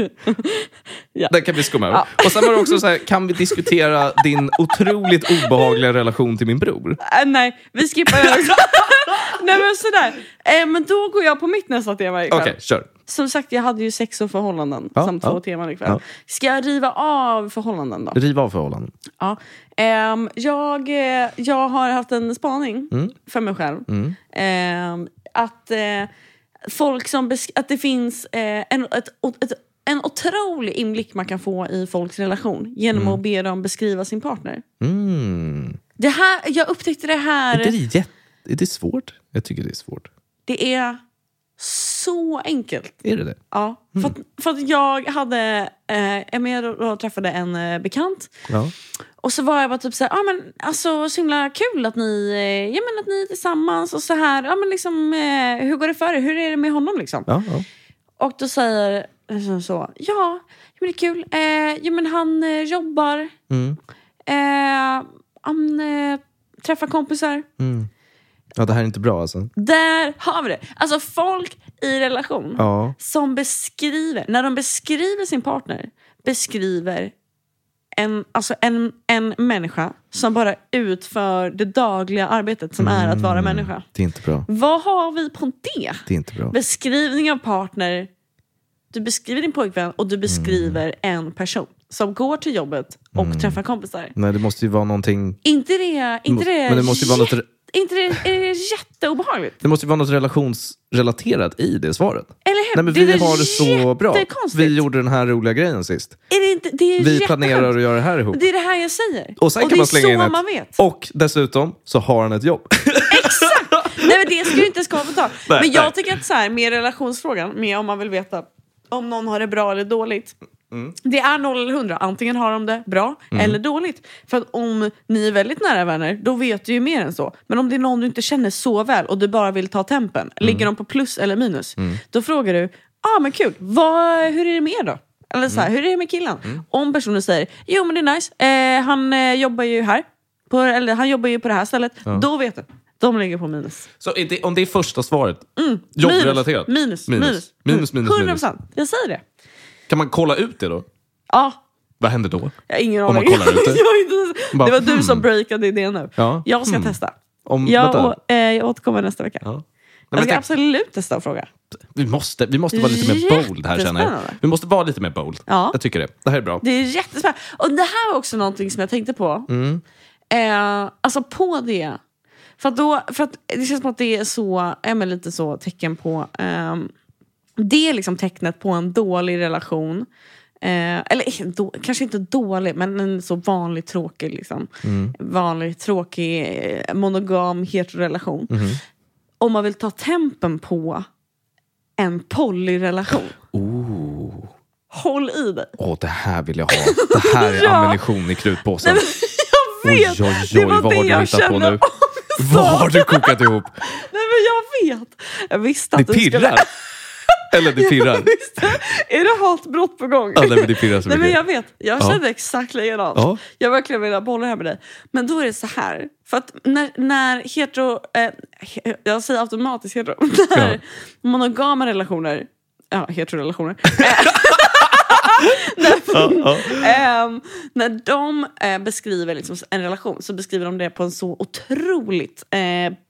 [SPEAKER 2] Ja.
[SPEAKER 1] Den kan vi skumma över. Och sen var det också så här, kan vi diskutera din otroligt obehagliga relation till min bror?
[SPEAKER 2] Äh, nej, vi skippar över. nej men sådär. Äh, men då går jag på mitt nästa tema ikväll.
[SPEAKER 1] Okej, kör.
[SPEAKER 2] Som sagt, jag hade ju sex och förhållanden
[SPEAKER 1] Ja,
[SPEAKER 2] som två
[SPEAKER 1] ja,
[SPEAKER 2] teman ikväll.
[SPEAKER 1] ja.
[SPEAKER 2] Ska jag riva av förhållanden då?
[SPEAKER 1] Riv av förhållanden.
[SPEAKER 2] Ja. Ehm, jag, eh, jag har haft en spaning för mig själv. Ehm, att, eh, folk som besk- att det finns eh, en, ett, ett, en otrolig inblick man kan få i folks relation genom att be dem beskriva sin partner.
[SPEAKER 1] Mm.
[SPEAKER 2] Det här, jag upptäckte det här.
[SPEAKER 1] Är, det jätt... är det svårt? Jag tycker det är svårt.
[SPEAKER 2] Det är så enkelt.
[SPEAKER 1] Är det det?
[SPEAKER 2] Ja, för, att, för att jag hade... Eh, jag med och, och träffade en eh, bekant.
[SPEAKER 1] Ja.
[SPEAKER 2] Och så var jag bara typ så här, ah, men alltså så himla kul att ni, eh, ja, men att ni är tillsammans och så här, ja, men liksom, eh, hur går det för er? Hur är det med honom liksom?
[SPEAKER 1] Ja, ja.
[SPEAKER 2] Och då säger liksom så, ja, ja, men det är kul. Eh, ja, men han eh, jobbar,
[SPEAKER 1] Mm.
[SPEAKER 2] eh, han eh, träffar kompisar.
[SPEAKER 1] ja, det här är inte bra alltså.
[SPEAKER 2] Där har vi det! Alltså folk i relation
[SPEAKER 1] Ja.
[SPEAKER 2] som beskriver, när de beskriver sin partner, beskriver en, alltså en, en människa som bara utför det dagliga arbetet som är att vara
[SPEAKER 1] Mm.
[SPEAKER 2] människa.
[SPEAKER 1] Det är inte bra.
[SPEAKER 2] Vad har vi på det?
[SPEAKER 1] Det är inte bra.
[SPEAKER 2] Beskrivning av partner. Du beskriver din pojkvän och
[SPEAKER 1] Mm.
[SPEAKER 2] du beskriver en person som går till jobbet och träffar kompisar.
[SPEAKER 1] Nej, det måste ju vara någonting...
[SPEAKER 2] Inte det, inte det,
[SPEAKER 1] Men Mm. det måste ju vara något-
[SPEAKER 2] jätte- inte det, är det jätteobehagligt?
[SPEAKER 1] Det måste ju vara något relationsrelaterat i det svaret.
[SPEAKER 2] Eller hur?
[SPEAKER 1] Nej, men
[SPEAKER 2] det
[SPEAKER 1] vi
[SPEAKER 2] är
[SPEAKER 1] har det så bra.
[SPEAKER 2] jättekonstigt.
[SPEAKER 1] Vi gjorde den här roliga grejen sist.
[SPEAKER 2] Är det inte, det är
[SPEAKER 1] Vi
[SPEAKER 2] jätteskönt.
[SPEAKER 1] planerar att göra det här ihop.
[SPEAKER 2] Det är det här jag säger.
[SPEAKER 1] Och sen
[SPEAKER 2] det
[SPEAKER 1] kan man
[SPEAKER 2] är
[SPEAKER 1] slänga
[SPEAKER 2] så
[SPEAKER 1] in ett...
[SPEAKER 2] man vet.
[SPEAKER 1] Och dessutom så har han ett jobb.
[SPEAKER 2] Nej, men det ska ju inte ens komma på tal.
[SPEAKER 1] Nej,
[SPEAKER 2] Men jag
[SPEAKER 1] nej.
[SPEAKER 2] tycker att så här, med relationsfrågan, med om man vill veta om någon har det bra eller dåligt. Det är 0 eller 100. Antingen har de det bra
[SPEAKER 1] Mm.
[SPEAKER 2] eller dåligt. För att om ni är väldigt nära vänner, då vet du ju mer än så. Men om det är någon du inte känner så väl och du bara vill ta tempen,
[SPEAKER 1] Mm.
[SPEAKER 2] ligger de på plus eller minus? Då frågar du, ah, men kul, Vad, hur är det med er då? Eller så här,
[SPEAKER 1] Mm.
[SPEAKER 2] hur är det med killen? Om personen säger, jo men det är nice, eh, han eh, jobbar ju här, på, eller han jobbar ju på det här stället. Då vet du, de ligger på minus.
[SPEAKER 1] Så är det, om det är första svaret,
[SPEAKER 2] Minus,
[SPEAKER 1] jobbrelaterat?
[SPEAKER 2] Mm. Minus, minus,
[SPEAKER 1] Minus, minus, minus,
[SPEAKER 2] 100
[SPEAKER 1] minus.
[SPEAKER 2] procent. Jag säger det.
[SPEAKER 1] Kan man kolla ut det då?
[SPEAKER 2] Ja,
[SPEAKER 1] Vad händer då?
[SPEAKER 2] jag har ingen
[SPEAKER 1] Om man
[SPEAKER 2] aning.
[SPEAKER 1] kollar ut det.
[SPEAKER 2] Jag har inte,
[SPEAKER 1] Bara, hmm.
[SPEAKER 2] det var du som breakade idén nu.
[SPEAKER 1] Ja,
[SPEAKER 2] Jag ska
[SPEAKER 1] hmm.
[SPEAKER 2] testa.
[SPEAKER 1] Om,
[SPEAKER 2] Jag,
[SPEAKER 1] vänta.
[SPEAKER 2] å, eh, jag återkommer nästa vecka.
[SPEAKER 1] Ja. Nej, men
[SPEAKER 2] Jag ska
[SPEAKER 1] tänk-
[SPEAKER 2] absolut testa och fråga.
[SPEAKER 1] vi, måste, vi måste vara lite mer bold här känner jag.
[SPEAKER 2] Jättespännande.
[SPEAKER 1] Vi måste vara lite mer bold.
[SPEAKER 2] Ja.
[SPEAKER 1] Jag tycker det. Det här är bra.
[SPEAKER 2] Det är jättespännande. Och det här var också någonting som jag tänkte på. Eh, alltså på det. För att, då, för att det känns som att det är så, ja, men lite så tecken på... ehm, det är liksom tecknet på en dålig relation. Eh, eller eh, då, kanske inte dålig, men en så vanlig tråkig, liksom. vanlig, tråkig eh, monogam heterorelation. Om man vill ta tempen på en polyrelation.
[SPEAKER 1] Oh.
[SPEAKER 2] Håll i dig.
[SPEAKER 1] Åh, det här vill jag ha. Det här är
[SPEAKER 2] Ja.
[SPEAKER 1] ammunition i
[SPEAKER 2] Nej,
[SPEAKER 1] krutpåsen.
[SPEAKER 2] men jag
[SPEAKER 1] Oj,
[SPEAKER 2] vet!
[SPEAKER 1] oj,
[SPEAKER 2] det
[SPEAKER 1] oj.
[SPEAKER 2] var
[SPEAKER 1] Vad har
[SPEAKER 2] det
[SPEAKER 1] du
[SPEAKER 2] jag
[SPEAKER 1] hittat på
[SPEAKER 2] kände
[SPEAKER 1] nu?
[SPEAKER 2] också.
[SPEAKER 1] Vad har du kokat ihop?
[SPEAKER 2] Nej men jag vet! Jag visste
[SPEAKER 1] Det
[SPEAKER 2] att du skulle...
[SPEAKER 1] pirrar. Eller det pirrar.
[SPEAKER 2] Jag visste. Är det hatbrott på gång?
[SPEAKER 1] Ja, nej, men det pirrar så
[SPEAKER 2] Nej men
[SPEAKER 1] mycket.
[SPEAKER 2] jag vet, jag
[SPEAKER 1] Ja.
[SPEAKER 2] kände exakt likadant.
[SPEAKER 1] Ja.
[SPEAKER 2] Jag verkligen vill bolla här med dig. Men då är det så här, för att när, när hetero, eh, he- jag säger automatiskt hetero, när monogama relationer, ja heterorelationer, Eh,
[SPEAKER 1] Ja, ja.
[SPEAKER 2] Ehm, när de eh, beskriver liksom en relation så beskriver de det på en så otroligt eh,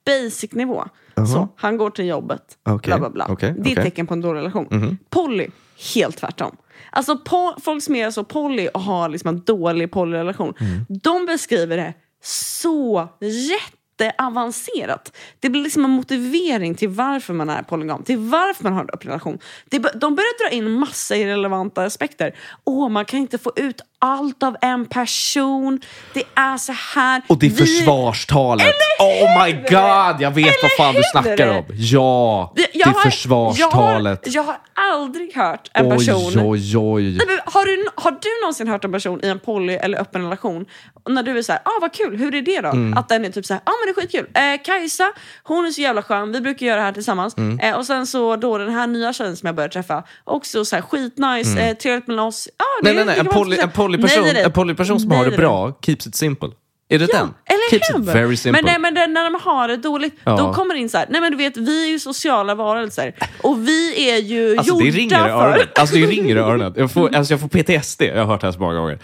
[SPEAKER 2] basic nivå. Så, han går till jobbet,
[SPEAKER 1] Okej,
[SPEAKER 2] bla bla bla.
[SPEAKER 1] okej,
[SPEAKER 2] det är
[SPEAKER 1] okej.
[SPEAKER 2] tecken på en dålig relation.
[SPEAKER 1] Mhm.
[SPEAKER 2] Polly, helt tvärtom. Alltså po- folk som är så poly och har liksom en dålig polyrelation,
[SPEAKER 1] Mm.
[SPEAKER 2] de beskriver det så jätteavancerat. Det blir liksom en motivering till varför man är polygam, till varför man har en öppen relation. Det, bör- de börjar dra in massa irrelevanta aspekter. Åh, man kan inte få ut allt av en person. Det är så här.
[SPEAKER 1] Och det är
[SPEAKER 2] Vi-
[SPEAKER 1] försvarstalet. Oh my god, jag vet vad fan du
[SPEAKER 2] hur
[SPEAKER 1] snackar
[SPEAKER 2] det?
[SPEAKER 1] om. Ja,
[SPEAKER 2] Det-
[SPEAKER 1] det
[SPEAKER 2] jag har-
[SPEAKER 1] är försvarstalet.
[SPEAKER 2] Jag har, jag har aldrig hört en
[SPEAKER 1] Oj,
[SPEAKER 2] person
[SPEAKER 1] oj, oj.
[SPEAKER 2] Nej, men har, du, har du någonsin hört en person i en poly eller öppen relation, och när du är så här, ah vad kul, hur är det då?
[SPEAKER 1] Mm.
[SPEAKER 2] Att den är typ så här, ah men det är skitkul. Eh, Kajsa, hon är så jävla skön, vi brukar göra det här tillsammans.
[SPEAKER 1] Mm.
[SPEAKER 2] Eh, och sen så då den här nya tjejen som jag började träffa, också så här skitnice, eh, trevligt mellan oss. Ah, det
[SPEAKER 1] Mm. Nej, nej, nej.
[SPEAKER 2] är- det
[SPEAKER 1] En,
[SPEAKER 2] kan vara
[SPEAKER 1] poly,
[SPEAKER 2] så-
[SPEAKER 1] en polyperson,
[SPEAKER 2] Nej, nej, nej.
[SPEAKER 1] en polyperson som har
[SPEAKER 2] Nej,
[SPEAKER 1] det
[SPEAKER 2] nej, nej.
[SPEAKER 1] bra keeps it simple. Är det
[SPEAKER 2] Ja,
[SPEAKER 1] den?
[SPEAKER 2] eller det
[SPEAKER 1] Keeps
[SPEAKER 2] hem.
[SPEAKER 1] it very simple.
[SPEAKER 2] Men, nej, men det, när de har det dåligt,
[SPEAKER 1] Ja.
[SPEAKER 2] då kommer det in så här, nej men du vet vi är ju sociala varelser och vi är ju
[SPEAKER 1] Alltså det
[SPEAKER 2] gjorda
[SPEAKER 1] ringer i öronen.
[SPEAKER 2] för...
[SPEAKER 1] Alltså det ringer i öronen. Jag får, alltså, jag får PTSD. Jag har hört det här så många gånger.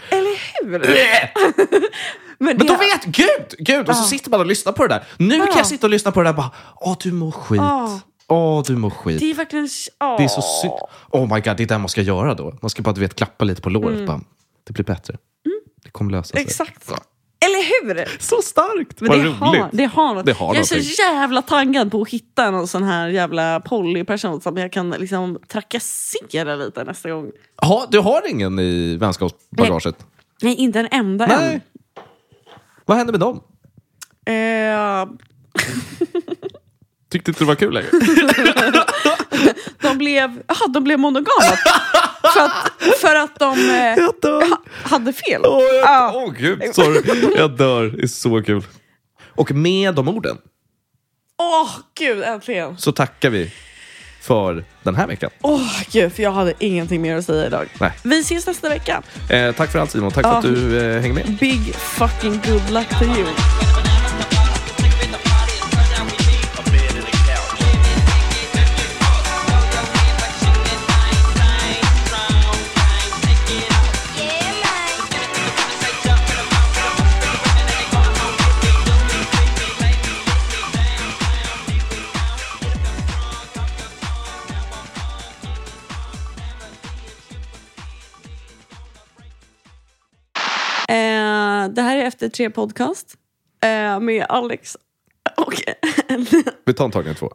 [SPEAKER 2] Men,
[SPEAKER 1] Men
[SPEAKER 2] det,
[SPEAKER 1] då vet Gud! Gud! Och så sitter man och lyssnar på det där. Nu kan jag sitta och lyssna på det där och bara, åh du mår skit.
[SPEAKER 2] Ja.
[SPEAKER 1] Åh du mår skit.
[SPEAKER 2] det är verkligen... Oh.
[SPEAKER 1] Det är så synd. Oh my god, det är det man ska göra då. Man ska bara du vet, klappa lite på låret. Bara, det blir bättre. Det kommer lösa sig.
[SPEAKER 2] Mm. Exakt. Eller hur?
[SPEAKER 1] Så starkt!
[SPEAKER 2] Men
[SPEAKER 1] Alltså, Vad
[SPEAKER 2] det,
[SPEAKER 1] roligt.
[SPEAKER 2] Har, det har något.
[SPEAKER 1] Det har
[SPEAKER 2] jag är så
[SPEAKER 1] någonting.
[SPEAKER 2] jävla taggad på att hitta någon sån här jävla polyperson som jag kan liksom trakassera lite nästa gång.
[SPEAKER 1] Ha, du har ingen i vänskapsbagaget?
[SPEAKER 2] Nej, inte en enda
[SPEAKER 1] Nej. Vad hände med dem?
[SPEAKER 2] än. Eh,
[SPEAKER 1] Tyckte inte det var kul längre?
[SPEAKER 2] de, blev, aha, de blev monogama för, att, för att de eh,
[SPEAKER 1] Jag dör!
[SPEAKER 2] hade fel.
[SPEAKER 1] Åh, jag,
[SPEAKER 2] Ja.
[SPEAKER 1] åh gud, sorry. Jag dör. Det är så kul. Och med de orden
[SPEAKER 2] Åh, gud, äntligen.
[SPEAKER 1] så tackar vi för den här veckan.
[SPEAKER 2] Åh, gud, för jag hade ingenting mer att säga idag.
[SPEAKER 1] Nej.
[SPEAKER 2] Vi ses nästa vecka.
[SPEAKER 1] Eh, tack för allt Simon. Tack för
[SPEAKER 2] Ja.
[SPEAKER 1] att du eh, hänger med.
[SPEAKER 2] Big fucking good luck to you. Eh, det här är Efter tre podcast eh, med Alex och
[SPEAKER 1] Vi tar en tagning två.